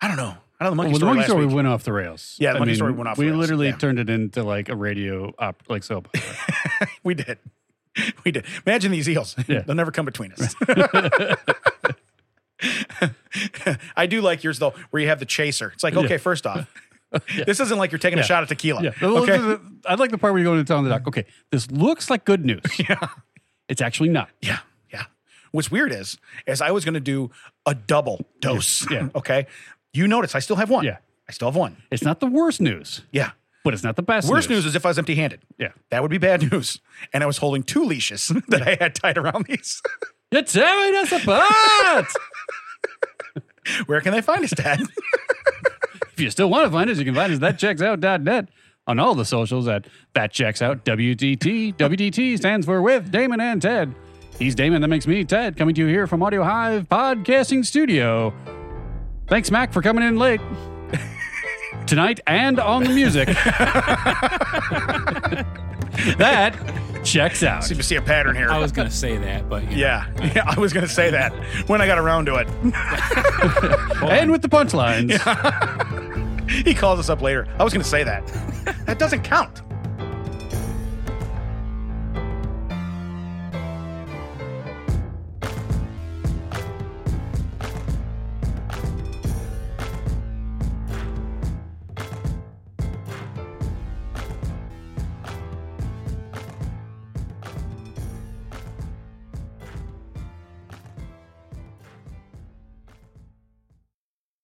Speaker 2: I don't know. I don't know the monkey
Speaker 1: well, the
Speaker 2: story.
Speaker 1: monkey
Speaker 2: last
Speaker 1: story
Speaker 2: week.
Speaker 1: went off the rails.
Speaker 2: Yeah, the monkey story went off
Speaker 1: We
Speaker 2: the rails,
Speaker 1: literally
Speaker 2: yeah.
Speaker 1: turned it into like a radio op, like soap. opera.
Speaker 2: we did. We did. Imagine these eels.
Speaker 1: Yeah.
Speaker 2: They'll never come between us. I do like yours though, where you have the chaser. It's like, okay, first off, this isn't like you're taking a shot at tequila.
Speaker 1: Yeah.
Speaker 2: Okay.
Speaker 1: I like the part where you go into town the doc. Okay, this looks like good news. Yeah. It's actually not.
Speaker 2: Yeah, yeah. What's weird is, is I was going to do a double dose.
Speaker 1: yeah.
Speaker 2: okay. You notice I still have one.
Speaker 1: Yeah.
Speaker 2: I still have one.
Speaker 1: It's not the worst news,
Speaker 2: Yeah.
Speaker 1: but it's not the best.
Speaker 2: Worst news is if I was empty-handed.
Speaker 1: Yeah.
Speaker 2: That would be bad news. And I was holding two leashes that I had tied around these.
Speaker 1: You're tearing us apart.
Speaker 2: Where can they find us, Dad?
Speaker 1: if you still want to find us, you can find us at thatchecksout.net on all the socials at that checks out WDT. WDT stands for with Damon and Ted. He's Damon, that makes me Ted, coming to you here from Audio Hive Podcasting Studio. Thanks, Mac, for coming in late tonight and on the music. that checks out.
Speaker 2: Seem to see a pattern here.
Speaker 3: I was gonna say that, but you know,
Speaker 2: yeah. Yeah. I was going to say that when I got around to it.
Speaker 1: And with the punchlines.
Speaker 2: He calls us up later. I was going to say that. That doesn't count.